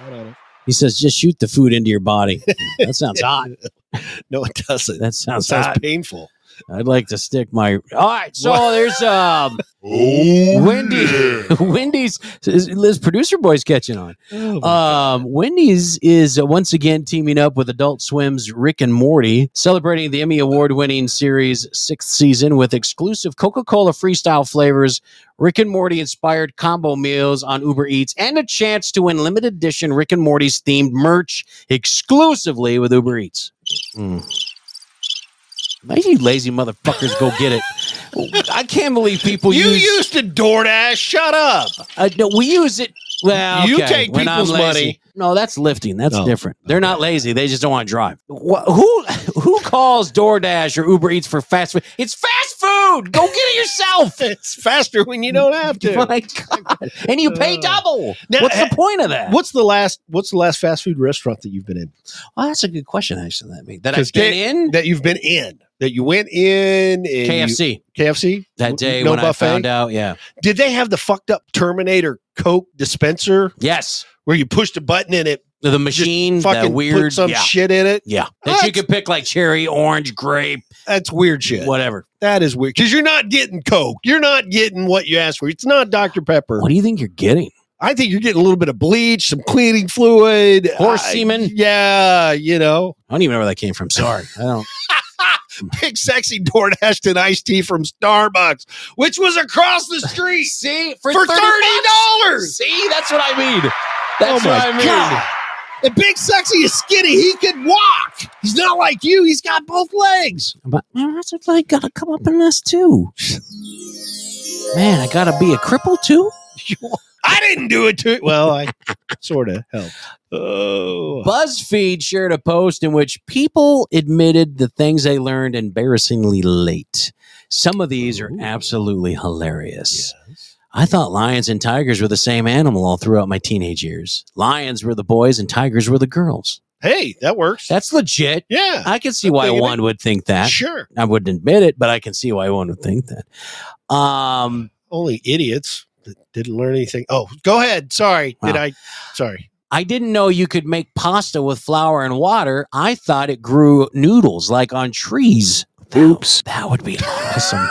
S10: Hold on.
S9: He says, just shoot the food into your body. That sounds hot.
S10: No, it doesn't.
S9: That
S10: That
S9: sounds
S10: sounds
S9: hot.
S10: painful.
S9: I'd like to stick my. All right, so there's um Wendy. Wendy's. Liz, producer boy's catching on. Um, Wendy's is uh, once again teaming up with Adult Swim's Rick and Morty, celebrating the Emmy Award winning series' sixth season with exclusive Coca Cola freestyle flavors, Rick and Morty inspired combo meals on Uber Eats, and a chance to win limited edition Rick and Morty's themed merch exclusively with Uber Eats. Mm. Maybe you lazy motherfuckers go get it. I can't believe people
S10: you
S9: use.
S10: used to DoorDash. Shut up.
S9: Uh, no, we use it. Well,
S10: You
S9: okay,
S10: take
S9: when I'm
S10: people's
S9: lazy.
S10: money. Oh.
S9: No, that's lifting. That's
S10: No.
S9: different. They're not lazy. They just don't want to drive. Wh- who who calls DoorDash or Uber Eats for fast food? It's fast food. Go get it yourself.
S10: It's faster when you don't have to.
S9: My God, and you pay
S10: Uh,
S9: double.
S10: now,
S9: What's the
S10: uh,
S9: point of that?
S10: What's the last? What's the last fast food restaurant that you've been in?
S9: Well, that's a good question. Actually, that mean that
S10: 'Cause
S9: I've been
S10: K-
S9: in
S10: That you've been in? That you went in? and you-
S9: KFC
S10: KFC.
S9: that day
S10: No
S9: when
S10: buffet?
S9: I found out. Yeah.
S10: Did they have the fucked up Terminator Coke dispenser
S9: Yes.
S10: where you pushed a button and it
S9: The, the machine.
S10: fucking
S9: That weird.
S10: put some
S9: yeah.
S10: shit in it?
S9: yeah. That you could pick like cherry, orange, grape,
S10: That's weird shit.
S9: whatever.
S10: That is weird because you're not getting Coke. You're not getting what you asked for. It's not Dr Pepper.
S9: What do you think you're getting?
S10: I think you're getting a little bit of bleach, some cleaning fluid,
S9: Horse
S10: I-
S9: semen?
S10: Yeah, you know,
S9: I don't even know where that came from. Sorry. I don't.
S10: big sexy DoorDash and iced tea from Starbucks, which was across the street
S9: See,
S10: for thirty dollars.
S9: See, that's what I mean.
S10: oh my god! And big sexy is skinny. He can walk. He's not like you. He's got both legs.
S9: But man, that's what I gotta come up in this too. Man, I gotta be a cripple too.
S10: I didn't do it to. Well, I sort of helped. Oh,
S9: BuzzFeed shared a post in which people admitted the things they learned embarrassingly late. Some of these are
S10: Ooh.
S9: absolutely hilarious.
S10: Oh. Yes.
S9: I thought lions and tigers were the same animal all throughout my teenage years. Lions were the boys and tigers were the girls.
S10: Hey, that works.
S9: That's legit.
S10: yeah,
S9: I can see why
S10: Believe it.
S9: one would think that.
S10: sure.
S9: I wouldn't admit it, but I can see why one would think that. Um,
S10: Only idiots that didn't learn anything. Oh, go ahead. Sorry. Did
S9: Wow.
S10: I? Sorry.
S9: I didn't know you could make pasta with flour and water. I thought it grew noodles like on trees. Oops. That would be awesome.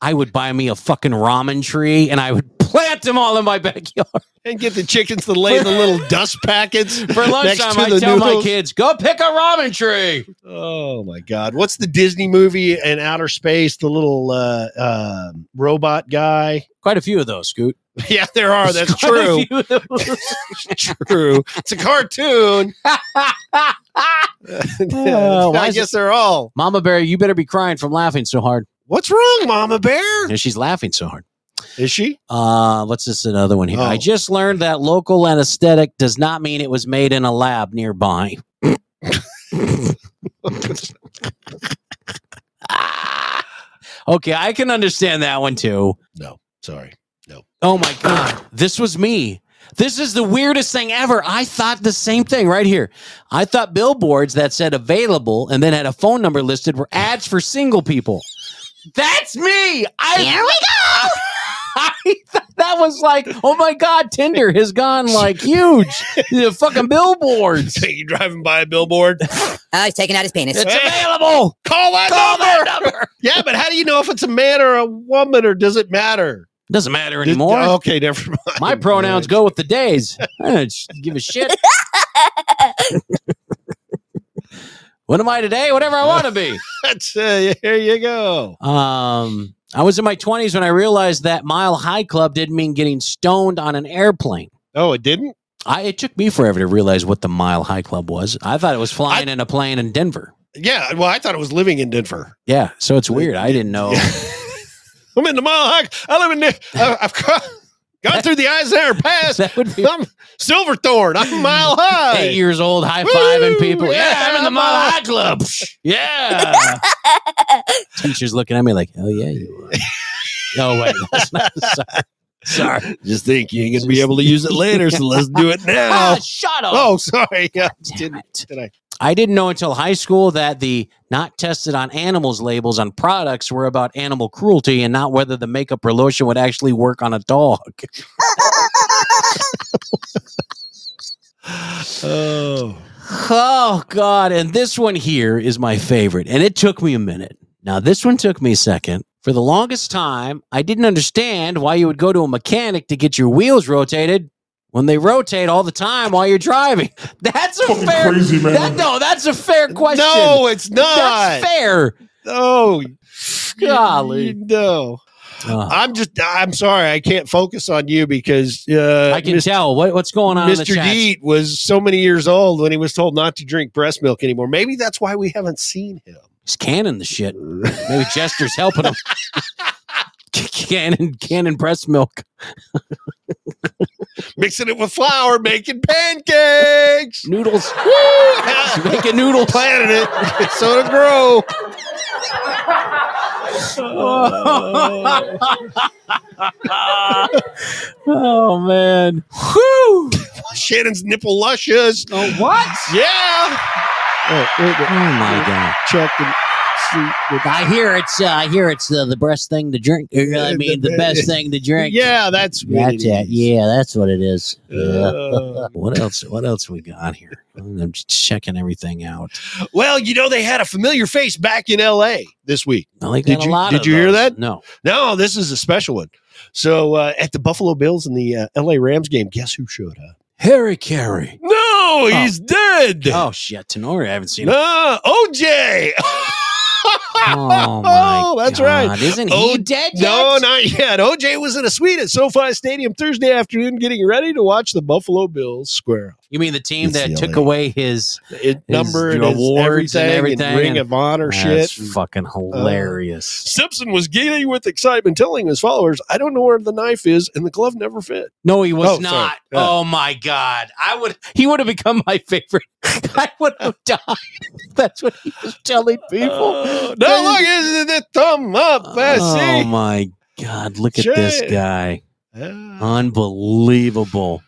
S9: I would buy me a fucking ramen tree and I would plant them all in my backyard.
S10: And get the chickens to lay the little dust packets
S9: For lunchtime, I tell my kids, go pick a ramen tree.
S10: Oh my God! What's the Disney movie and outer space? The little uh, um robot guy.
S9: Quite a few of those, Scoot.
S10: Yeah, there are. Oh, That's
S9: Quite a
S10: true.
S9: few of those.
S10: true. It's a cartoon.
S9: Oh, why
S10: I
S9: is
S10: guess they're all.
S9: Mama Bear, you better be crying from laughing so hard.
S10: What's wrong, Mama Bear?
S9: Yeah, she's laughing so hard.
S10: Is she?
S9: Uh, what's this another one here?
S10: Oh.
S9: I just learned that local anesthetic does not mean it was made in a lab nearby. okay, I can understand that one too.
S10: No. Sorry.
S9: Oh my god, this was me. This is the weirdest thing ever. I thought the same thing right here. I thought billboards that said available and then had a phone number listed were ads for single people. That's me. I,
S7: Here we go.
S9: that was like, oh my God, Tinder has gone like huge. the fucking billboards.
S10: you driving by a billboard?
S12: Oh, he's taking out his penis.
S9: It's available.
S10: Call that
S9: Call
S10: number.
S9: that number.
S10: Yeah, but how do you know if it's a man or a woman, or does it matter?
S9: Doesn't matter
S10: Does-
S9: anymore.
S10: okay, never mind.
S9: My pronouns go with the days. I don't sh- give a shit. what am I today? Whatever I want to be.
S10: That's, uh, here you go.
S9: Um, I was in my 20s when I realized that Mile High Club didn't mean getting stoned on an airplane.
S10: Oh, it didn't.
S9: I, it took me forever to realize what the Mile High Club was. I thought it was flying in a plane in Denver.
S10: Yeah, well, I thought it was living in Denver.
S9: Yeah, so it's weird. I didn't know.
S10: I'm in the Mile High. I live in. the- I- I've gone, gone through the Eisenhower Pass.
S9: That would be
S10: I'm Silverthorn. I'm Mile High.
S9: eight years old, high fiving
S10: Woo!
S9: people. Yeah,
S10: Yeah,
S9: I'm in the
S10: I'm
S9: Mile
S10: all-
S9: High Club. Psh, Yeah. Teacher's looking at me like, oh, yeah, you are. No, wait. That's not, sorry. Sorry.
S10: Just think you ain't gonna be able to use it later, so let's do it now.
S9: Ah, shut up.
S10: oh, sorry. Yeah,
S9: Damn
S10: didn't,
S9: it.
S10: did I?
S9: I didn't know until high school that the not tested on animals labels on products were about animal cruelty and not whether the makeup or lotion would actually work on a dog.
S10: Oh,
S9: Oh, God. And this one here is my favorite. And it took me a minute. Now, this one took me a second. For the longest time, I didn't understand why you would go to a mechanic to get your wheels rotated when they rotate all the time while you're driving. That's a
S4: Fucking
S9: fair
S4: crazy, man.
S9: That, no, that's a fair question.
S10: no, it's not.
S9: That's fair.
S10: Oh,
S9: Golly.
S10: no.
S9: Uh,
S10: I'm just. I'm sorry. I can't focus on you because uh,
S9: I can
S10: Mis-
S9: tell what, what's going on. in the
S10: Mr.
S9: chat.
S10: Deet was so many years old when he was told not to drink breast milk anymore. Maybe that's why we haven't seen him.
S9: he's canning the shit. Maybe Jester's helping him. cannon, cannon breast milk.
S10: Mixing it with flour, making pancakes.
S9: Noodles.
S10: Woo!
S9: Making noodles.
S10: Planted it so it'll grow.
S9: Oh man. Whew.
S10: Shannon's nipple luscious.
S9: Oh, what?
S10: Yeah.
S9: Oh my god.
S10: Check and see.
S9: I hear it's uh, I hear it's uh, the best thing to drink. Or, I mean the best thing to drink.
S10: Yeah, that's what
S9: That's it. Yeah, that's what it is.
S10: Uh.
S9: what else? What else we got here? I'm just checking everything out.
S10: Well, you know they had a familiar face back in L.A. this week.
S9: I like
S10: Did
S9: that
S10: you-
S9: a lot.
S10: did
S9: of
S10: you hear
S9: those.
S10: that?
S9: No.
S10: No, this is a special one. So uh, at the Buffalo Bills and the uh, L.A. Rams game, guess who showed up?
S9: Harry Carey.
S10: No, he's dead.
S9: Oh shit, Tenori, I haven't seen him.
S10: No, OJ.
S9: Oh, my
S10: that's
S9: God.
S10: right.
S9: Isn't he
S10: Oh,
S9: dead yet?
S10: No, not yet. OJ was in a suite at SoFi Stadium Thursday afternoon, getting ready to watch the Buffalo Bills square off.
S9: You mean the team
S10: It's
S9: that
S10: the
S9: took
S10: LA.
S9: away his
S10: It number and his
S9: awards and
S10: everything,
S9: everything,
S10: and Ring
S9: and-
S10: of Honor shit.
S9: That's fucking hilarious.
S10: Simpson was giddy with excitement, telling his followers, "I don't know where the knife is, and the glove never fit."
S9: no, he was
S10: oh, sorry.
S9: not.
S10: Yeah.
S9: Oh my god. I would he would have become my favorite. I would have died. That's what he was telling people.
S10: Uh, no, look, it's the thumb up. I Uh,
S9: oh
S10: see.
S9: my god, look at this
S10: Shit.
S9: guy.
S10: Yeah.
S9: Unbelievable.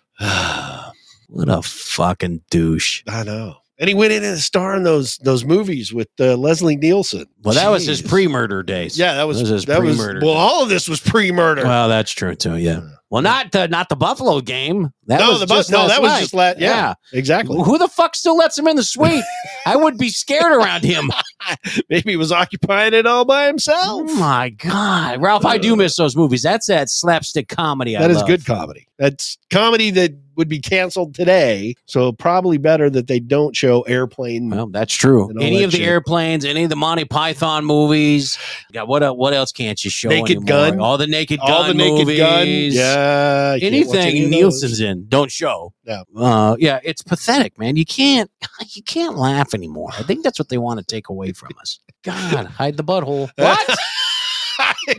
S9: What a fucking douche.
S10: I know. And he went in and star in those those movies with uh, Leslie Nielsen.
S9: Well, that was his
S10: Jeez.
S9: pre-murder days.
S10: Yeah, that was,
S9: This is
S10: that was
S9: pre-murder.
S10: well, all of this was pre-murder.
S9: Well, that's true too. Yeah. Well, not the not the Buffalo game. That
S10: no,
S9: was
S10: the bus,
S9: just
S10: no,
S9: last
S10: that was
S9: night.
S10: just la- yeah, exactly.
S9: Who the fuck still lets him in the suite? I would be scared around him.
S10: Maybe he was occupying it all by himself.
S9: Oh my god, Ralph! I do miss those movies. That's that slapstick comedy.
S10: that
S9: I
S10: is
S9: love.
S10: good comedy. That's comedy that would be canceled today. So probably better that they don't show airplane.
S9: Well, that's true.
S10: And all
S9: Any
S10: that
S9: of the
S10: shit.
S9: airplanes, any of the Monty Python movies. God, what el- what else can't you show?
S10: Naked
S9: anymore?
S10: Gun.
S9: All the Naked
S10: all
S9: Gun
S10: the naked gun.
S9: movies.
S10: Yeah. I can't watch
S9: Anything
S10: any of
S9: Nielsen's
S10: those.
S9: in, don't show.
S10: No.
S9: Uh, yeah, it's pathetic, man. You can't, you can't laugh anymore. I think that's what they want to take away from us. God, hide the butthole. What?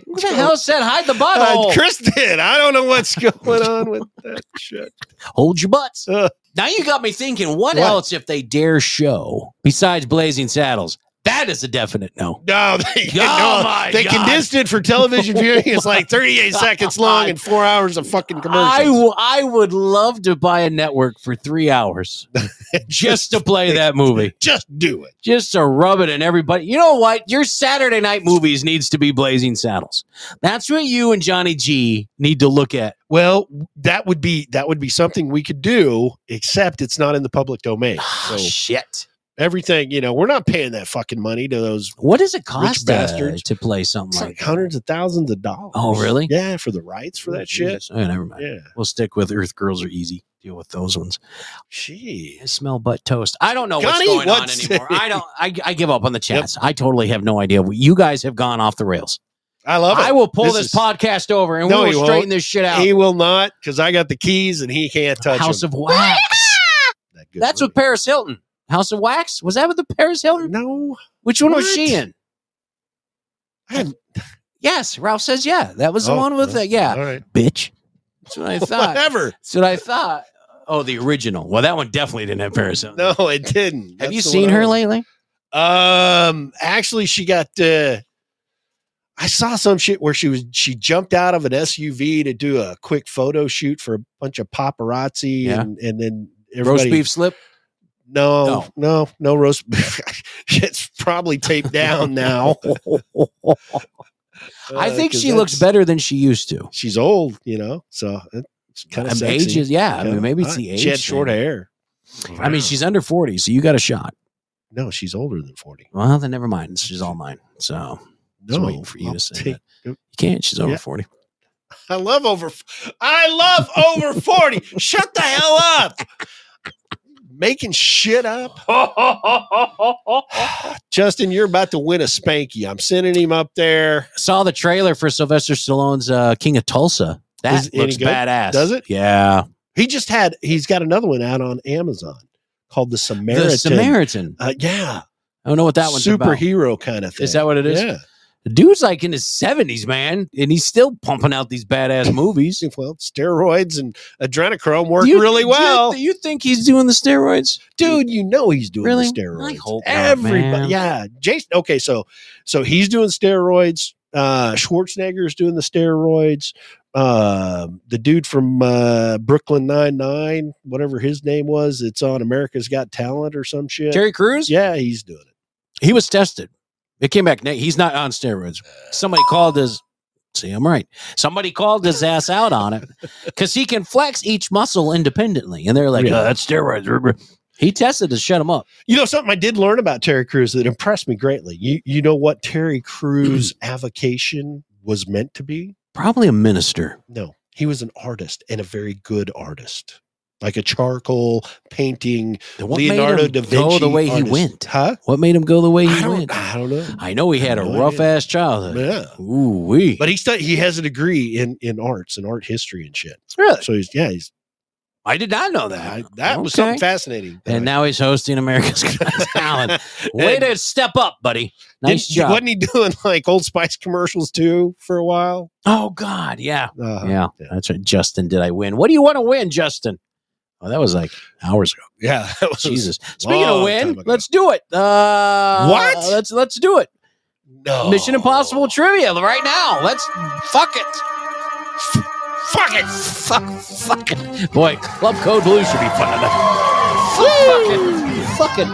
S9: Who the hell said hide the
S10: Uh,
S9: butthole?
S10: Kristen, I don't know what's going on with that shit.
S9: Hold your butts.
S10: Uh,
S9: Now you got me thinking, what,
S10: What?
S9: else if they dare show besides Blazing Saddles? That is a definite no.
S10: No, they,
S9: Oh
S10: no,
S9: my
S10: they
S9: God.
S10: condensed it for television viewing. It's like 38 seconds long and four hours of fucking
S9: I,
S10: commercials.
S9: w- I would love to buy a network for three hours just to play that movie,
S10: Just do it.
S9: just to rub it in everybody. You know what? Your Saturday night movies needs to be Blazing Saddles. That's what you and Johnny G need to look at.
S10: Well, that would be that would be something we could do, except it's not in the public domain.
S9: Ah,
S10: So
S9: shit.
S10: everything, you know, we're not paying that fucking money to those.
S9: What does it cost uh,
S10: bastards.
S9: to play something
S10: It's
S9: like
S10: like
S9: that?
S10: hundreds of thousands of dollars.
S9: Oh, really?
S10: Yeah, for the rights for that shit.
S9: Oh, never mind.
S10: Yeah,
S9: We'll stick with Earth Girls Are Easy. Deal with those ones.
S10: she.
S9: I smell butt toast. I don't know
S10: Connie,
S9: what's going
S10: what's-
S9: on anymore. I don't. I, I give up on the chats. I totally have no idea. You guys have gone off the rails.
S10: I love it.
S9: I will pull this,
S10: is-
S9: podcast over and
S10: No,
S9: we
S10: he
S9: will
S10: won't.
S9: straighten this shit out.
S10: He will not because I got the keys and he can't touch
S9: House
S10: them.
S9: of Wax.
S10: That good
S9: That's
S10: movie.
S9: with Paris Hilton. House of Wax. Was that with the Paris Hilton?
S10: No,
S9: Which one was
S10: What?
S9: she in?
S10: I didn't-
S9: Yes, Ralph says yeah. That was the
S10: Oh,
S9: one with
S10: no.
S9: the yeah,
S10: All right,
S9: bitch. That's what I thought.
S10: whatever.
S9: That's what I thought. Oh, the original. Well, that one definitely didn't have Paris Hilton.
S10: No, it didn't.
S9: Have you
S10: That's the
S9: seen
S10: one I
S9: her
S10: was-
S9: lately?
S10: Um, actually, she got. Uh, I saw some shit where she was she jumped out of an SUV to do a quick photo shoot for a bunch of paparazzi,
S9: Yeah.
S10: and and then
S9: Roast
S10: everybody.
S9: beef slip.
S10: No, no, no, roast. it's probably taped down now.
S9: I
S10: Uh,
S9: think
S10: 'cause
S9: she looks
S10: that's-
S9: better than she used to.
S10: She's old, you know, so uh, it's kind of
S9: Um, age is, yeah. I mean, maybe it's the age.
S10: She had short
S9: thing.
S10: hair.
S9: I mean, she's under 40, so you got a shot.
S10: No, she's older than forty.
S9: Well, then never mind. She's all mine. So
S10: No,
S9: just waiting for you
S10: I'll
S9: to say
S10: take-
S9: that. You can't. She's over
S10: Yeah.
S9: 40.
S10: I love over. I love over forty. Shut the hell up. Making shit up. Justin, you're about to win a spanky. I'm sending him up there.
S9: Saw the trailer for Sylvester Stallone's uh, King of Tulsa. That
S10: Is it any
S9: looks
S10: good?
S9: badass.
S10: Does it?
S9: Yeah.
S10: He just had. He's got another one out on Amazon called The Samaritan.
S9: The Samaritan.
S10: Uh, yeah,
S9: I don't know what that one's about.
S10: superhero kind of thing.
S9: Is that what it is?
S10: Yeah.
S9: The dude's like in his 70s, man, and he's still pumping out these badass movies.
S10: Well, steroids and adrenochrome work
S9: Do you-
S10: really
S9: do you-
S10: well,
S9: Do you think he's doing the steroids?
S10: dude. You know he's doing
S9: Really?
S10: the steroids.
S9: I hope not,
S10: Everybody,
S9: man.
S10: yeah. Jason. Okay, so so he's doing steroids. Uh, Schwarzenegger's doing the steroids. Um, the dude from uh, Brooklyn Nine Nine, whatever his name was, it's on America's Got Talent or some shit.
S9: Terry Crews?
S10: yeah, he's doing it.
S9: He was tested. It came back. neg- He's not on steroids. Somebody called his. See, I'm right. Somebody called his ass out on it because he can flex each muscle independently, and they're like,
S10: Yeah.
S9: "Uh, "That's steroids." He tested to shut him up.
S10: You know something I did learn about Terry Crews that impressed me greatly. You you know what Terry Crews' avocation was meant to be?
S9: Probably a minister.
S10: No, he was an artist and a very good artist, like a charcoal painting.
S9: And What
S10: Leonardo
S9: made him
S10: da Vinci.
S9: go the way he
S10: artist.
S9: went?
S10: huh?
S9: What made him go the way he
S10: I don't,
S9: went?
S10: I don't know.
S9: I know he had a
S10: No
S9: rough
S10: idea.
S9: ass childhood.
S10: Yeah,
S9: Ooh wee.
S10: but he stu- he has a degree in in arts and art history and shit.
S9: Really?
S10: So he's yeah, he's
S9: I did not know that.
S10: I, that was
S9: Okay.
S10: something fascinating.
S9: And now he's hosting America's Got Talent. Way
S10: And-
S9: to step up, buddy. Nice
S10: Didn't-
S9: job.
S10: Wasn't he doing like Old Spice commercials too for a while?
S9: oh God, yeah.
S10: Uh,
S9: Oh, yeah,
S10: yeah.
S9: that's right. Justin, did I win? What do you want to win, Justin? Oh, that was like hours ago.
S10: yeah, that was-
S9: Jesus. Speaking of
S10: long
S9: win,
S10: time ago.
S9: let's do it. Uh,
S10: What?
S9: Let's let's do it.
S10: No.
S9: Mission Impossible trivia right now. Let's fuck it. Fuck it. Fuck. Fuck it. Boy, Club Code Blue should be fun enough. Fuck it. Fuck it.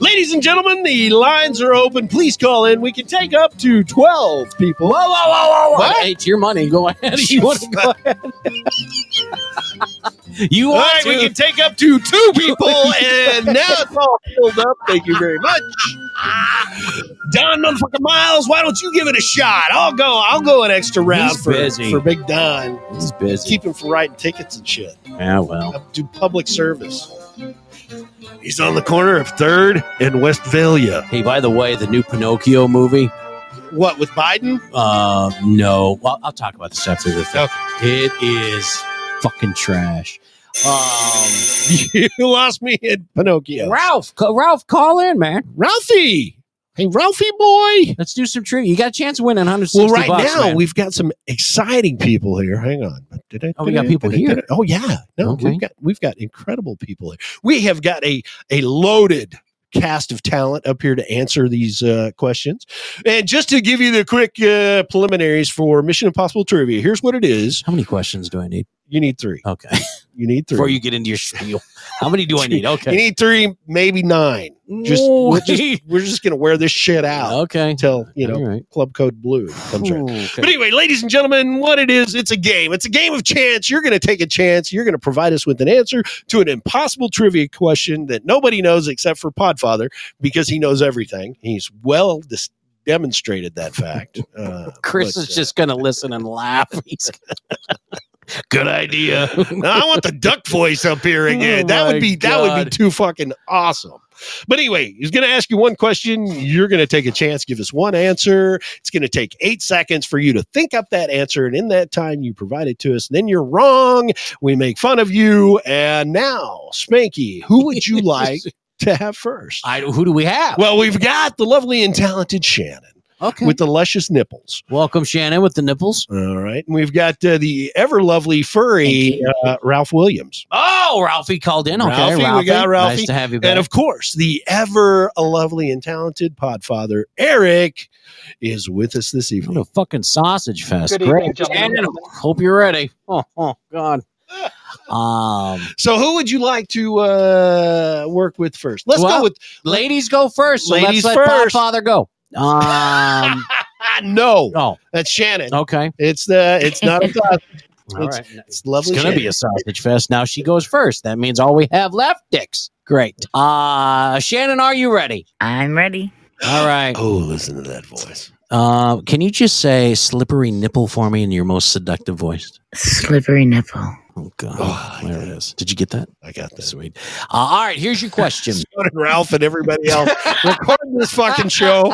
S10: Ladies and gentlemen, the lines are open. Please call in. We can take up to 12 people. Whoa, whoa, whoa, whoa,
S9: Hey, it's your money. Go ahead. You want to go ahead? you
S10: All
S9: want
S10: right,
S9: to?
S10: we can take up to two people, and now it's all filled up. Thank you very much. Don motherfucking Miles, why don't you give it a shot? I'll go. I'll go an extra round
S9: He's
S10: for,
S9: busy.
S10: for Big Don.
S9: He's busy.
S10: Keep him for writing tickets and shit.
S9: Yeah, well.
S10: I do public service. He's on the corner of Third and Westvalia.
S9: Hey, by the way, the new Pinocchio movie.
S10: What with Biden?
S9: Uh, no. Well, I'll talk about this after the thing. It is fucking trash. Um,
S10: you lost me in Pinocchio.
S9: Ralph, ca- Ralph, call in, man.
S10: Ralphie. Hey, Ralphie boy.
S9: Let's do some trivia. You got a chance of winning 160
S10: Well, right
S9: bucks,
S10: now
S9: man.
S10: we've got some exciting people here. Hang on.
S9: Oh, we got people here.
S10: Oh yeah. No,
S9: Okay.
S10: we've got we've got incredible people here. We have got a a loaded cast of talent up here to answer these uh, questions. And just to give you the quick uh, preliminaries for Mission Impossible trivia, here's what it is.
S9: How many questions do I need?
S10: You need three.
S9: Okay.
S10: You need three.
S9: Before you get into your spiel, how many do I need?
S10: You
S9: Okay.
S10: need three, maybe nine. Just we're
S9: Wait.
S10: just, we're just gonna wear this shit out
S9: Okay.
S10: until you know
S9: All right.
S10: club code blue comes around.
S9: Okay.
S10: But anyway, ladies and gentlemen, what it is, it's a game. It's a game of chance. You're going to take a chance. You're going to provide us with an answer to an impossible trivia question that nobody knows except for Podfather because he knows everything. He's well dis- demonstrated that fact. Uh,
S9: Chris
S10: but,
S9: is
S10: uh,
S9: just gonna listen and laugh. He's
S10: good idea. No, I want the duck voice up here again.
S9: Oh
S10: that
S9: my
S10: would be that would be
S9: God.
S10: too fucking awesome. But anyway, he's going to ask you one question. You're going to take a chance, give us one answer. It's going to take eight seconds for you to think up that answer. And in that time, you provide it to us. And then you're wrong. We make fun of you. And now, Spanky, who would you like to have first?
S9: I, who do we have?
S10: Well, we've got the lovely and talented Shannon
S9: okay.
S10: with the luscious nipples.
S9: Welcome Shannon with the nipples.
S10: All right. And we've got uh, the ever lovely furry uh, Ralph Williams.
S9: Oh, Ralphie called in. Okay,
S10: Ralphie,
S9: Ralphie,
S10: we got Ralphie.
S9: Nice to have you back.
S10: And of course, the ever lovely and talented podfather Eric is with us this
S9: What
S10: evening.
S9: a fucking sausage fest.
S12: Good
S9: Great.
S12: evening, gentlemen.
S9: Shannon, hope you're ready. Oh, oh God. Um,
S10: So, who would you like to uh, work with first? Let's
S9: Well-
S10: go with
S9: ladies go first. So
S10: Ladies
S9: let's
S10: first.
S9: let Father go. Um,
S10: ah, no.
S9: oh,
S10: That's Shannon.
S9: okay.
S10: It's the it's not a thought.
S9: All right. It's
S10: It's lovely.
S9: going to be
S10: Shannon.
S9: a sausage fest. Now she goes first. That means all we have left, dicks. Great. Uh, Shannon, are you ready?
S1: I'm ready.
S9: All right.
S10: oh, listen to that voice.
S9: Uh, can you just say slippery nipple for me in your most seductive voice?
S1: Slippery nipple.
S9: Oh, God.
S10: Oh, I
S9: there
S10: got
S9: it is. Did you get that?
S10: I got this.
S9: Sweet. Uh, all right. Here's your question.
S10: So did Ralph and everybody else recording this fucking show.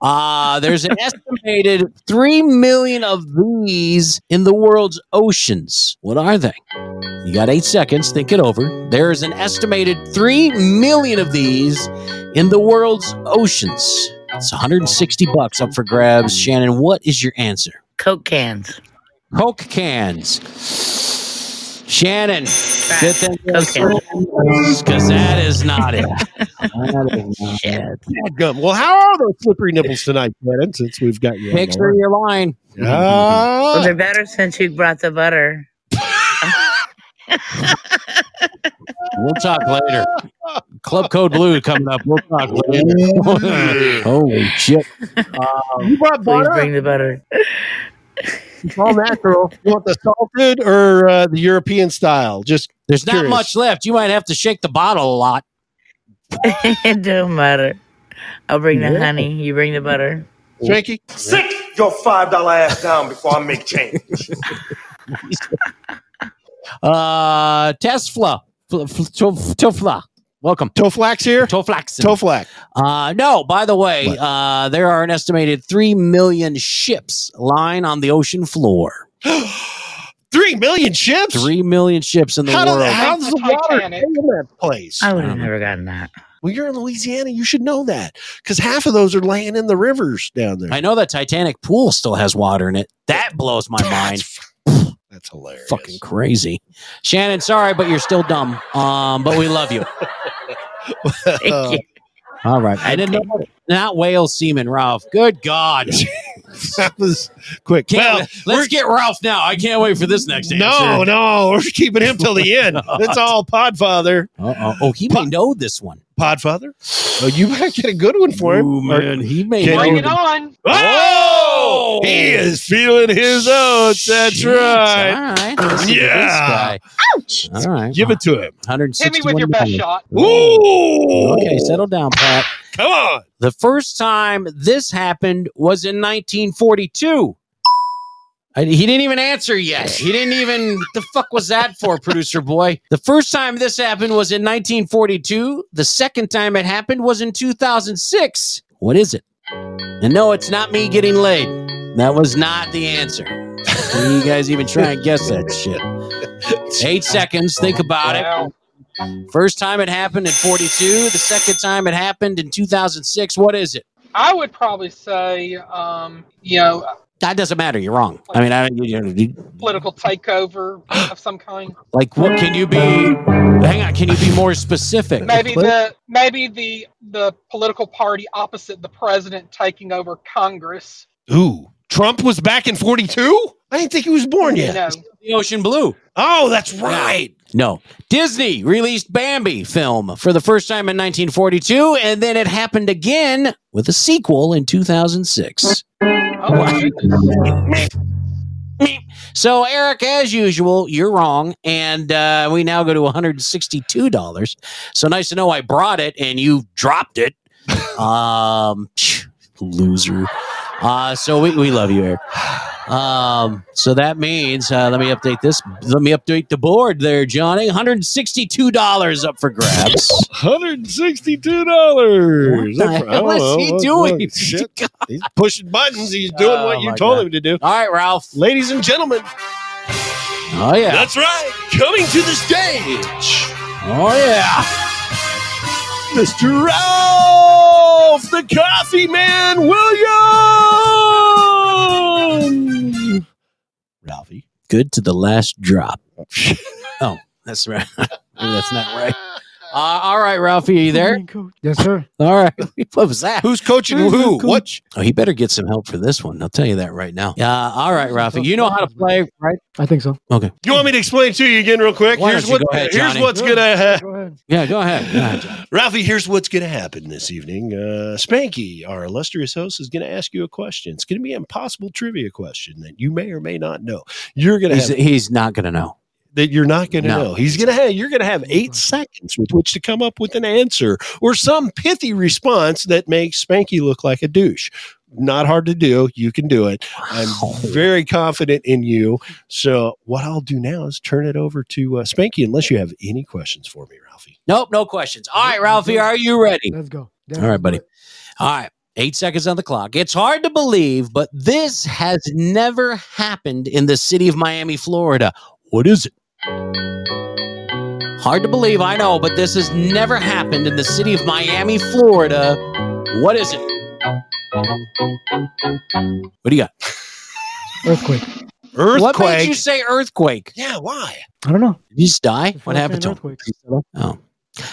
S9: Uh, there's an estimated 3 million of these in the world's oceans. What are they? You got eight seconds. Think it over. There's an estimated 3 million of these in the world's oceans. It's 160 bucks up for grabs. Shannon, what is your answer?
S1: Coke cans.
S9: Coke cans. Shannon, good thing because that is not it. That is not it.
S10: Gum. Well, how are those slippery nipples tonight, Shannon? Since we've got you. on the
S9: Picture your line.
S10: line? Ah.
S1: Well, they're better since you brought the butter.
S9: We'll talk later. Club Code Blue coming up. We'll talk later. Holy shit.
S10: you brought
S1: Please
S10: butter.
S1: bring the butter.
S10: It's all natural. You want the salted or uh, the European style? Just
S9: There's not
S10: Curious.
S9: much left. You might have to shake the bottle a lot.
S1: it don't matter. I'll bring the honey. You bring the butter.
S10: Shanky.
S4: Sit your five dollar ass down before I make change.
S9: Uh, Tesla. Fl- fl- tof- Tofla. Welcome.
S10: Toflax here.
S9: Toflax.
S10: Toflax.
S9: Uh, no, by the way,
S10: What?
S9: uh, there are an estimated 3 million ships lying on the ocean floor.
S10: Three million ships.
S9: 3 million ships in the
S10: How do-
S9: world.
S10: how's the water in that place?
S1: I would have never gotten that.
S10: Well, you're in Louisiana. You should know that because half of those are laying in the rivers down there.
S9: I know that Titanic pool still has water in it. That blows my mind.
S10: That's hilarious.
S9: fucking crazy. Shannon, sorry, but you're still dumb. Um, but we love you.
S1: Thank
S10: Uh,
S1: you.
S9: All right. I didn't know not whale seaman, Ralph. Good God.
S10: that was quick.
S9: Can't-
S10: well,
S9: let's get Ralph now. I can't wait for this next
S10: no, no, we're keeping him till the end. It's all Podfather.
S9: No. Uh-oh. Oh, he may know this one.
S10: Podfather. Oh, you better get a good one for him.
S9: He may
S10: Can
S12: Bring
S9: know.
S12: it on.
S10: Oh,
S9: Whoa!
S10: he is feeling his oats. That's
S9: Shit.
S10: right.
S9: All right. Listen to this
S10: Yeah.
S9: guy. All right.
S10: Give it to him.
S9: 161
S12: Hit me with your best shot.
S10: Oh. Ooh.
S9: Okay, settle down, Pat.
S10: Come on.
S9: The first time this happened was in 1942. I- he didn't even answer yet. He didn't even. The fuck was that for, producer boy? The first time this happened was in 1942. The second time it happened was in 2006. What is it? And no, it's not me getting laid. That was not the answer. Why you guys even try and guess that shit? Eight seconds. Think about it.
S12: Wow.
S9: First time it happened in 42. The second time it happened in 2006. What is it?
S12: I would probably say, um, you know,
S9: that doesn't matter. You're wrong. I mean, I you know,
S12: Political takeover of some kind.
S9: like what can you be? Hang on, can you be more specific?
S12: Maybe the maybe the the political party opposite the president taking over Congress.
S10: Ooh, Trump was back in 42? I didn't think he was born yet.
S12: No.
S9: the ocean blue.
S10: Oh, that's right.
S9: No. Disney released Bambi film for the first time in 1942, and then it happened again with a sequel in 2006.
S12: Oh, my goodness.
S9: So, Eric, as usual, you're wrong, and uh, we now go to $162. So nice to know I brought it and you dropped it. Um, loser. Uh, so we, we love you, Eric. Um, so that means uh, let me update this. Let me update the board there, Johnny. $162 up for grabs.
S10: $162.
S9: What the
S10: Oh,
S9: hell is he doing? God.
S10: He's pushing buttons. He's doing
S9: Oh,
S10: what you
S9: my
S10: told
S9: God.
S10: him to do.
S9: All right, Ralph.
S10: Ladies and gentlemen,
S9: Oh yeah.
S10: that's right. Coming to the stage,
S9: Oh yeah.
S10: Mr. Ralph the Coffee Man Williams.
S9: Ralphie. Good to the last drop. oh, that's right. Maybe that's not right. Uh, all right, Ralphie, are you there?
S13: Yes, sir.
S9: All right. What was that?
S10: Who's coaching
S13: Who's
S10: who?
S13: the
S10: What?
S9: Oh, he better get some help for this one. I'll tell you that right now. Yeah. all right, Ralphie. You know how to play, right?
S13: I think so.
S10: You want me to explain to you again real quick?
S9: Why
S10: Here's
S9: don't you
S10: what.
S9: go ahead,
S10: here's
S9: Johnny?
S10: what's gonna. ha-
S13: Go ahead.
S9: Yeah. Go ahead. Go ahead, John.
S10: Ralphie, here's what's going to happen this evening. Uh, Spanky, our illustrious host, is going to ask you a question. It's going to be an impossible trivia question that you may or may not know. You're going to
S9: He's,
S10: have,
S9: he's not going to know.
S10: that you're not going to
S9: No.
S10: know. He's going to have you're going to have eight seconds with which to come up with an answer or some pithy response that makes Spanky look like a douche. Not hard to do. You can do it. I'm
S9: Wow.
S10: very confident in you. So what I'll do now is turn it over to uh, Spanky. Unless you have any questions for me, Ralphie.
S9: Nope. No questions. All right, Ralphie, are you ready?
S13: Let's go.
S9: All right, buddy. All right. Eight seconds on the clock. It's hard to believe, but this has never happened in the city of Miami, Florida. What is it? Hard to believe, I know, but this has never happened in the city of Miami, Florida. What is it? What do you got?
S13: Earthquake.
S10: Earthquake.
S9: What made you say earthquake?
S10: yeah, why?
S13: I don't know.
S9: Did you just die?
S13: If
S9: What
S13: I
S9: happened
S13: say
S9: to
S13: an
S9: him?
S13: earthquake. Mm.
S9: Oh.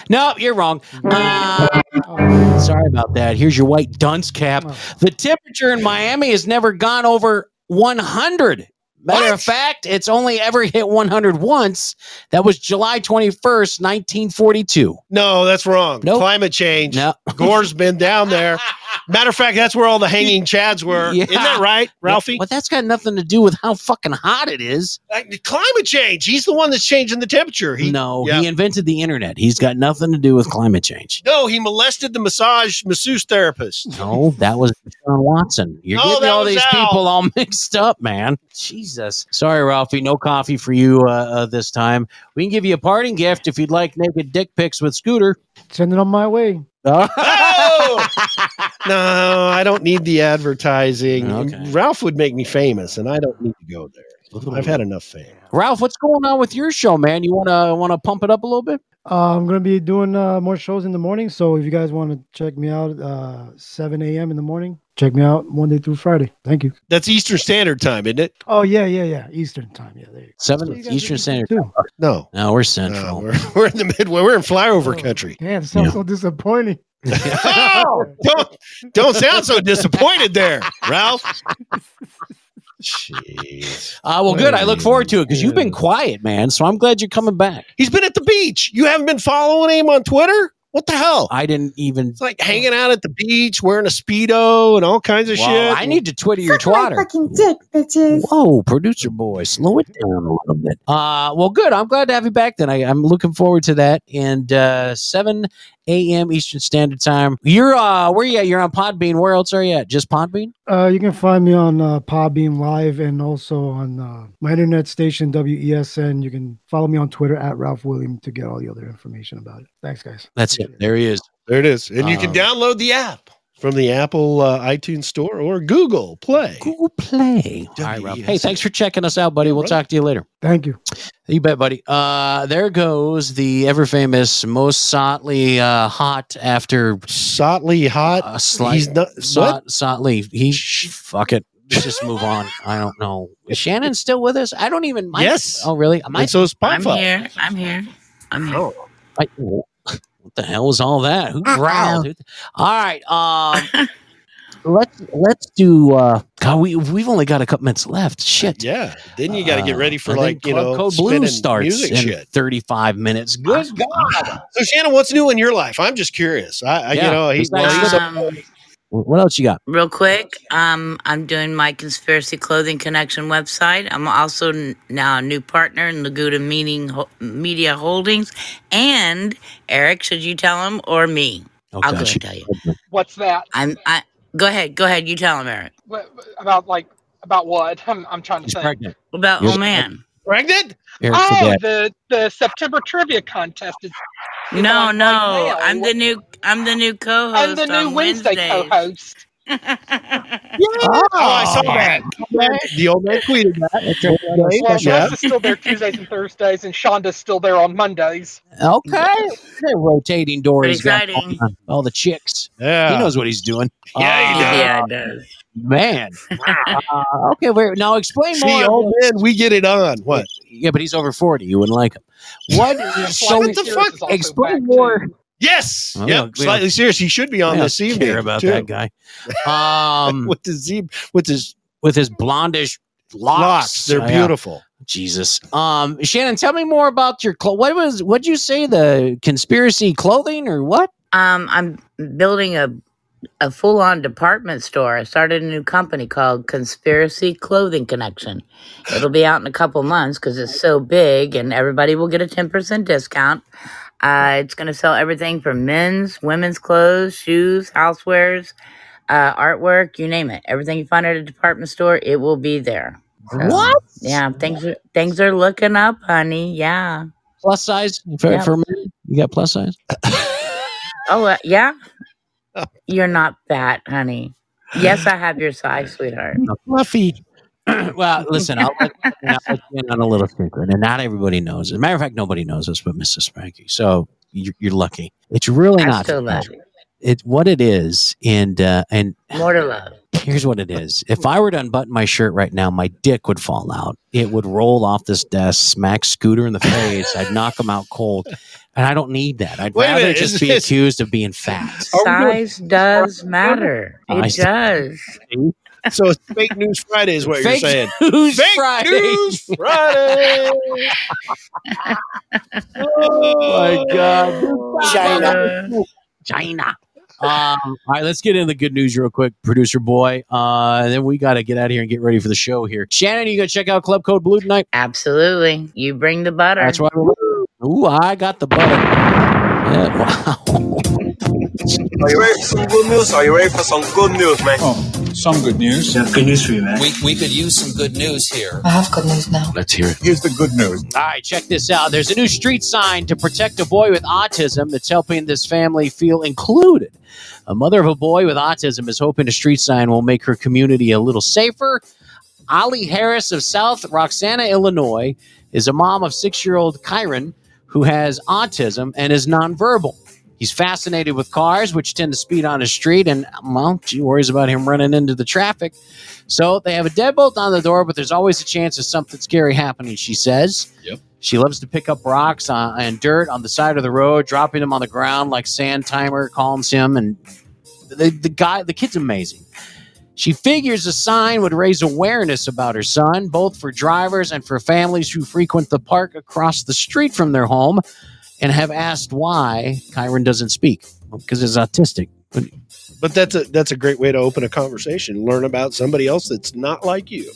S9: No, you're wrong. Uh,
S13: Oh.
S9: sorry about that. Here's your white dunce cap. The temperature in Miami has never gone over 100. Matter of fact, it's only ever hit 100 once. That was July 21st, 1942.
S10: No, that's wrong.
S9: Nope.
S10: Climate change.
S9: No.
S10: Gore's been down there. Matter of fact, that's where all the hanging chads were.
S9: Yeah.
S10: Isn't that right, Ralphie?
S9: Well, that's got nothing to do with how fucking hot it is.
S10: Like, climate change. He's the one that's changing the temperature. He, no.
S9: no,
S10: yeah.
S9: he invented the internet. He's got nothing to do with climate change.
S10: he molested the massage masseuse therapist.
S9: No, that was John Watson. You're
S10: No,
S9: getting
S10: that
S9: all
S10: was
S9: these
S10: Al.
S9: people all mixed up, man. Jesus. Sorry, Ralphie. No coffee for you uh, uh, this time. We can give you a parting gift if you'd like naked dick pics with Scooter. Uh,
S13: Send it on my way.
S10: Oh! no, I don't need the advertising.
S9: Okay.
S10: Ralph would make me famous, and I don't need to go there. I've had enough fame.
S9: Ralph, what's going on with your show, man? You wanna wanna pump it up a little bit?
S13: Uh, I'm gonna be doing uh, more shows in the morning, so if you guys want to check me out, uh, 7 a.m. in the morning, check me out Monday through Friday. Thank you.
S10: That's Eastern Standard Time, isn't it?
S13: Oh yeah, yeah, yeah. Eastern time. Yeah, there you
S9: Seven
S13: So you guys
S9: Eastern
S13: are
S9: Standard.
S13: go. Too.
S10: No.
S9: No, we're
S10: No,
S9: central.
S10: we're, we're in the Midwest. We're in flyover
S13: Oh,
S10: country.
S13: Damn, sounds
S9: Yeah.
S13: so disappointing.
S10: Oh, don't don't sound so disappointed there, Ralph. Jeez.
S9: uh, well, good. I look forward to it because you've been quiet, man. So I'm glad you're coming back.
S10: He's been at the beach. You haven't been following him on Twitter? What the hell?
S9: I didn't even.
S10: It's like hanging out at the beach, wearing a speedo and all kinds of
S9: Wow,
S10: shit.
S9: I need to Twitter your twatter.
S11: fucking dick, bitches.
S9: Whoa, producer boy, slow it down a little bit. Uh, well, good. I'm glad to have you back. Then I, I'm looking forward to that. And uh, 7 a.m. Eastern Standard Time. You're uh, where you at? You're on Podbean. Where else are you at? Just Podbean.
S13: Uh, you can find me on uh, Podbeam Live and also on uh, my internet station WESN. You can follow me on Twitter at Ralph William to get all the other information about it. Thanks, guys.
S9: That's
S13: Appreciate
S9: it. There he is.
S10: there it is. And you can
S9: Um,
S10: download the app from the Apple uh, iTunes Store or Google Play.
S9: Google Play. All
S10: E
S9: right, Ralph. Hey, thanks for checking us out, buddy. We'll
S10: brother.
S9: talk to you later.
S13: Thank you.
S9: You bet, buddy. Uh, there goes the ever famous, most sotly uh, hot after
S10: Sotly hot.
S9: uh, slight.
S10: He's not. what?
S9: Sot, Sotley. He fuck it. Let's just move on. I don't know. Is Shannon still with us? I don't even. My,
S10: Yes.
S9: Oh, really? Am I?
S10: And so is
S9: I'm
S10: Papa.
S9: here.
S14: I'm here. I'm here.
S12: Oh.
S1: Um,
S9: I- what the hell was all that? Who growled? Who- All right. Um, let's let's do. Uh, God, we we've only got a couple minutes left. Shit.
S10: Yeah. Then you got to get
S9: Uh,
S10: ready for
S9: I
S10: like
S9: think
S10: you
S9: Club
S10: know
S9: Code
S10: spinning
S9: Blue starts
S10: music
S9: in
S10: shit.
S9: thirty-five minutes. Good God!
S10: So Shannon, what's new in your life? I'm just curious. I, I you
S14: Yeah.
S10: know he's,
S14: Besides-
S10: he's
S14: Um,
S9: What else you got?
S14: Real quick, um, I'm doing my Conspiracy Clothing Connection website. I'm also n- now a new partner in Laguda Meeting Ho- Media Holdings. And Eric, should you tell him or me?
S9: Oh,
S14: I'll go and tell you.
S12: What's that?
S14: I'm. I go ahead. Go ahead. You tell him, Eric.
S12: What, about like about what? I'm, I'm trying to think.
S9: pregnant.
S14: What about
S9: You're-
S14: old man?
S12: Pregnant?
S9: Eric's a
S12: oh,
S9: dad.
S12: the the September trivia contest is
S14: No, no.
S12: now.
S14: I'm the new. I'm the new co-host.
S12: I'm the new
S14: on
S12: Wednesday
S14: Wednesdays.
S12: co-host.
S10: Oh, I saw that. The old man tweeted that.
S12: Well, Wes is still there Tuesdays and Thursdays, and Shonda's still there on Mondays.
S9: Okay. They're rotating doors.
S12: Pretty
S9: All the chicks.
S10: Yeah.
S9: He knows what he's doing.
S10: Yeah, he
S9: Uh,
S10: does.
S14: Yeah, it does.
S9: Man. Uh, okay, wait, now explain
S10: See,
S9: more.
S10: old man, we get it on. What?
S9: Yeah, but he's over 40. You wouldn't like him. What? so,
S10: What the fuck?
S9: Explain more.
S10: Yes.
S9: I don't
S10: yeah.
S9: know. We
S10: Slightly
S9: don't-
S10: serious. He should be
S9: I
S10: on
S9: don't
S10: this evening.
S9: care about
S10: too.
S9: that guy. Um,
S10: with his zeb-
S9: with his with his blondish locks.
S10: locks. They're
S9: Yeah.
S10: beautiful.
S9: Jesus. Um, Shannon, tell me more about your clo- what was what'd you say the conspiracy clothing or what?
S14: Um, I'm building a a full on department store. I started a new company called Conspiracy Clothing Connection. It'll be out in a couple months because it's so big, and everybody will get a ten percent discount. Uh, it's going to sell everything from men's, women's clothes, shoes, housewares, uh, artwork, you name it. Everything you find at a department store, it will be there.
S9: What?
S14: Yeah, things are, things are looking up, honey. Yeah.
S9: Plus size for,
S14: Yeah.
S9: for men? You got plus size?
S14: Oh, uh, yeah.
S12: Oh.
S14: You're not fat, honey. Yes, I have your size, sweetheart.
S9: Fluffy. well, listen, I'll let, I'll let you in on a little secret, and not everybody knows. As a matter of fact, nobody knows this but Mrs. Frankie. So you're, you're lucky. It's really
S14: I'm
S9: not.
S14: still love
S9: It what it is, and uh, and
S14: More to love.
S9: here's what it is. If I were to unbutton my shirt right now, my dick would fall out. It would roll off this desk, smack Scooter in the face. I'd knock him out cold, and I don't need that. I'd
S14: Wait a
S9: rather
S14: minute,
S9: just
S14: is
S9: be
S14: this-
S9: accused of being fat.
S14: Size does
S12: Oh,
S14: matter. It
S9: Size-
S14: does.
S10: So it's fake news Friday is what
S9: Fake
S10: you're saying.
S9: news
S10: fake
S9: Friday.
S10: news Friday.
S9: oh my god,
S10: Oh.
S14: China.
S9: China. Um, all right, let's get in the good news real quick, producer boy. Uh, and then we got to get out of here and get ready for the show here. Shannon, you gonna check out Club Code Blue tonight?
S14: Absolutely. You bring the butter.
S9: That's why. we're- Ooh, I got the butter. Yeah, wow.
S15: Are you ready for some good news? Are you ready for some good news, man? Oh, some good news. That's good news for you, man.
S16: We, we could use some good news here.
S15: I have good news now.
S9: Let's hear it.
S15: Here's the good news.
S9: All right, check this out. There's a new street sign to protect a boy with autism that's helping this family feel included. A mother of a boy with autism is hoping a street sign will make her community a little safer. Ollie Harris of South Roxana, Illinois, is a mom of six year old Kyron who has autism and is nonverbal. He's fascinated with cars, which tend to speed on his street, and well, she worries about him running into the traffic. So they have a deadbolt on the door, but there's always a chance of something scary happening, she says.
S16: Yep.
S9: She loves to pick up rocks uh, and dirt on the side of the road, dropping them on the ground like sand timer calms him. And the, the guy, the kid's amazing. She figures a sign would raise awareness about her son, both for drivers and for families who frequent the park across the street from their home and have asked why Kyron doesn't speak because he's autistic. But
S10: But that's a that's a great way to open a conversation. Learn about somebody else that's not like you.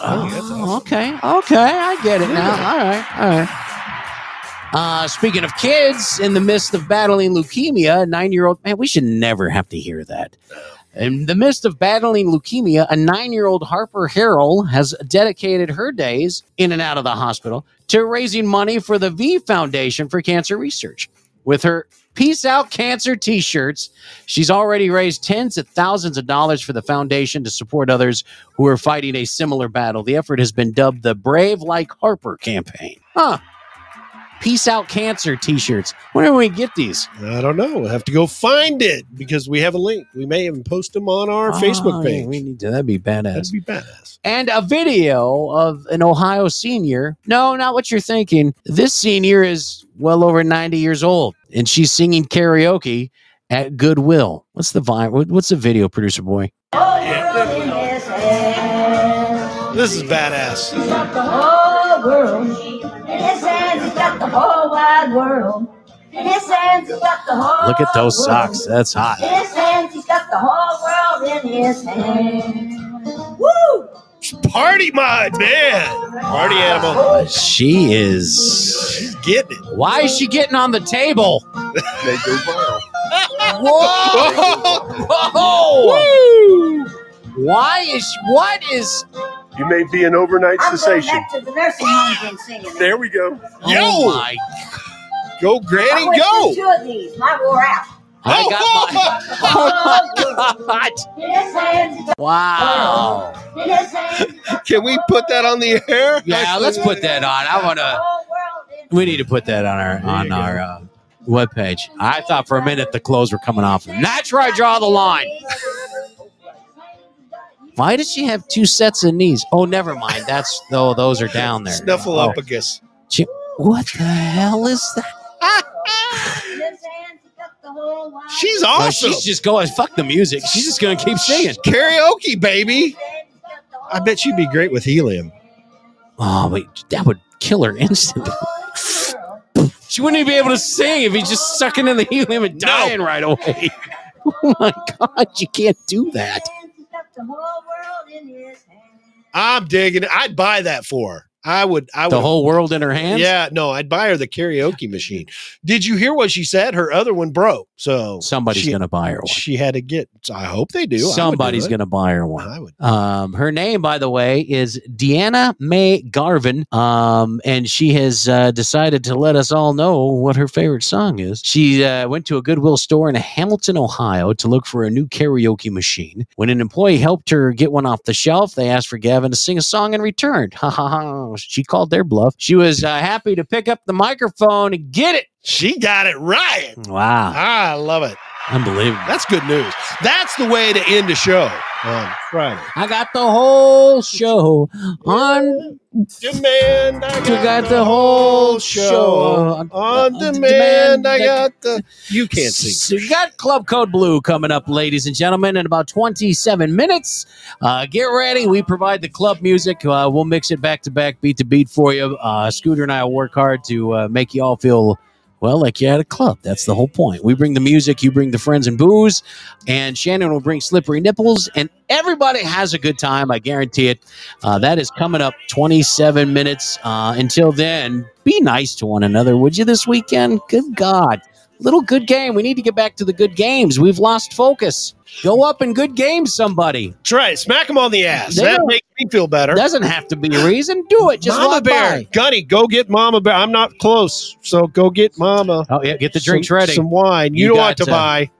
S9: Oh, okay, okay, I get it now. All right, all right. Uh, speaking of kids, in the midst of battling leukemia, a nine-year-old man, we should never have to hear that. In the midst of battling leukemia, a nine-year-old Harper Harrell has dedicated her days in and out of the hospital to raising money for the V Foundation for Cancer Research. With her Peace Out Cancer t shirts, she's already raised tens of thousands of dollars for the foundation to support others who are fighting a similar battle. The effort has been dubbed the Brave Like Harper campaign. Huh. Peace Out Cancer t shirts. When are we get these?
S10: I don't know. We'll have to go find it because we have a link. We may even post them on our
S9: Oh,
S10: Facebook
S9: yeah,
S10: page.
S9: we need to. That'd be badass.
S10: That'd be badass.
S9: and a video of an Ohio senior. No, not what you're thinking. This senior is well over 90 years old and she's singing karaoke at Goodwill. What's the vibe? what- What's the video producer boy?
S10: This is badass.
S7: got the whole world in his hands. He's got the whole wide world in his hands. He's got the whole.
S9: Look at those socks. That's hot.
S7: In his hands, he's got the whole world in his hands. Woo!
S10: Party mod, man. Party animal.
S9: She is. She's
S10: getting it.
S9: Why is she getting on the table?
S10: They go viral.
S9: Whoa! Whoa! Why is what is?
S17: You may be an overnight
S7: I'm going
S17: sensation.
S7: back to the nursing homes and singing.
S17: There we go.
S9: Yo! Oh my.
S10: Go,
S7: I went through Two of these. My wore out.
S9: I got my.
S7: Oh
S9: my
S7: God! In his hands, he's got
S9: Wow.
S7: the world. In his hands,
S10: Can we put that on the air?
S9: Yeah, let's put that on. I want to. We need to put that on our on our uh, webpage. I thought for a minute the clothes were coming off. And that's where I draw the line. Why does she have two sets of knees? Oh, never mind. That's though those are down there. Oh.
S10: Snuffleupagus.
S9: She- what the hell is that?
S10: She's
S9: No,
S10: awesome.
S9: she's just going. Fuck the music. She's just going to keep singing.
S10: Karaoke, baby. I bet you'd be great with helium.
S9: Oh, wait, that would kill her instantly. she wouldn't even be able to sing if he's just sucking in the helium and dying right away. oh my god, you can't do that.
S7: the whole world in his hands.
S10: I'm digging it. I'd buy that for her. I would. I would.
S9: The whole world in her hands?
S10: Yeah, no, I'd buy her the karaoke machine. Did you hear what she said? Her other one broke, so
S9: Somebody's
S10: she-
S9: gonna buy her one.
S10: She had to get. so I hope they do. I would do
S9: Somebody's
S10: it.
S9: gonna buy her one.
S10: I would.
S9: Um, her name, by the way, is Deanna May Garvin, um, and she has uh, decided to let us all know what her favorite song is. She uh, went to a Goodwill store in Hamilton, Ohio, to look for a new karaoke machine. When an employee helped her get one off the shelf, they asked for Gavin to sing a song in return. Ha ha ha! She called their bluff. She was uh, happy to pick up the microphone and get it.
S10: She got it right.
S9: Wow,
S10: I love it.
S9: unbelievable!
S10: That's good news. That's the way to end a show on Friday.
S9: I got the whole show on
S10: Demand. I
S9: You got the whole
S10: show
S9: show
S10: on demand.
S9: demand.
S10: I got the. You can't
S9: So
S10: see.
S9: you got Club Code Blue coming up, ladies and gentlemen, in about 27 minutes. Uh, get ready. We provide the club music. Uh, we'll mix it back to back, beat to beat for you. Uh, Scooter and I will work hard to uh, make you all feel. Well, like you're at a club. That's the whole point. We bring the music, you bring the friends and booze, and Shannon will bring slippery nipples, and everybody has a good time. I guarantee it. Uh, that is coming up 27 minutes. Uh, until then, be nice to one another, would you, this weekend? Good God little good game. We need to get back to the good games. We've lost focus. Go up in good games, somebody.
S10: That's right. Smack him on the ass.
S9: They
S10: That
S9: don't-
S10: makes me feel better.
S9: Doesn't have to be a reason. Do it. Just
S10: Mama
S9: walk
S10: Bear,
S9: by.
S10: Gunny, go get Mama Bear. I'm not close, so go get Mama.
S9: Oh yeah, get the drinks
S10: some,
S9: ready.
S10: Some wine. You,
S9: You
S10: don't
S9: got,
S10: want to
S9: uh,
S10: buy.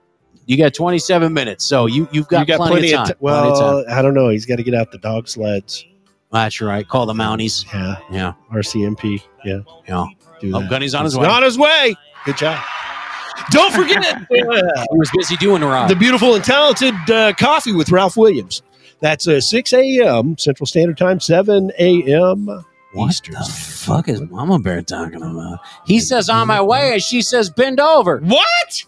S9: You got 27 minutes, so you you've got,
S10: you got
S9: plenty, of time.
S10: ti-
S9: plenty of
S10: well,
S9: time.
S10: I don't know. He's got to get out the dog sleds.
S9: That's right. Call the Mounties.
S10: Yeah.
S9: Yeah.
S10: RCMP. Yeah.
S9: Yeah.
S10: Do
S9: Oh,
S10: that.
S9: Gunny's on his
S10: He's
S9: way.
S10: On his way. Good job. Don't forget uh,
S9: He was busy doing the ride.
S10: the beautiful and talented uh, coffee with Ralph Williams. That's uh, 6 a.m. Central Standard Time, 7 a.m.
S9: What
S10: Eastern.
S9: the fuck is Mama Bear talking about? He says on my way, and she says bend over.
S10: What?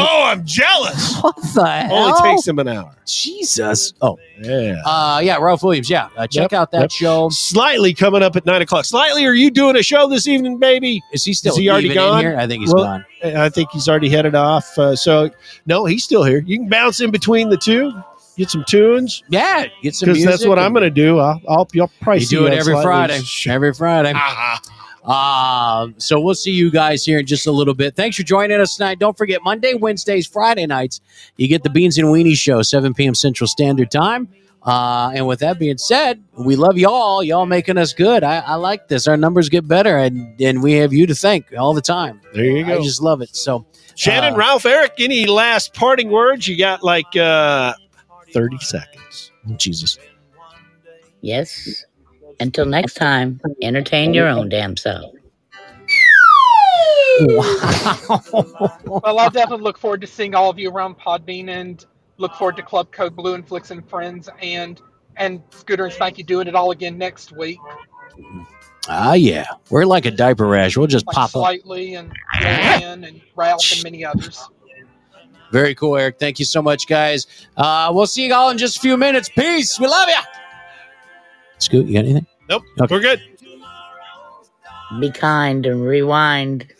S10: Oh, I'm jealous.
S9: What the hell?
S10: Only takes him an hour.
S9: Jesus. Oh,
S10: Yeah.
S9: uh, yeah, Ralph Williams. Yeah, uh,
S10: Yep,
S9: check out that
S10: yep.
S9: show.
S10: Slightly coming up at nine o'clock. Slightly, are you doing a show this evening, baby?
S9: Is he still
S10: Is he already
S9: even in
S10: gone?
S9: here? I think he's
S10: Well,
S9: gone.
S10: I think he's already headed off. Uh, so, no, he's still here. You can bounce in between the two, get some tunes,
S9: Yeah, get some
S10: because
S9: music.
S10: that's what
S9: and-
S10: I'm going to do. I'll, I'll, you'll probably
S9: You
S10: see
S9: do it
S10: on
S9: every
S10: slightly-
S9: Friday. Every Friday.
S10: Ah,
S9: Uh, so we'll see you guys here in just a little bit. Thanks for joining us tonight. Don't forget Monday, Wednesdays, Friday nights. You get the Beans and Weenie Show, 7 p.m. Central Standard Time. Uh, and with that being said, we love y'all. Y'all making us good. I, I like this. Our numbers get better, and, and we have you to thank all the time.
S10: there you
S9: I
S10: go.
S9: just love it. So,
S10: Shannon,
S9: uh,
S10: Ralph, Eric, any last parting words? You got like uh, 30 seconds.
S9: Jesus.
S14: Yes. Until next time, entertain your own damn self.
S12: well, I'll definitely look forward to seeing all of you around Podbean and look forward to Club Code Blue and Flicks and Friends and and Scooter and Spanky doing it all again next week,
S9: Ah, yeah. We're like a diaper rash. We'll just
S12: like
S9: pop up.
S12: Slightly and Rowan and Ralph and many others.
S9: Very cool, Eric. Thank you so much, guys. Uh, we'll see you all in just a few minutes. Peace. We love you. Scoot, you got anything?
S10: Nope. We're good.
S14: Be kind and rewind.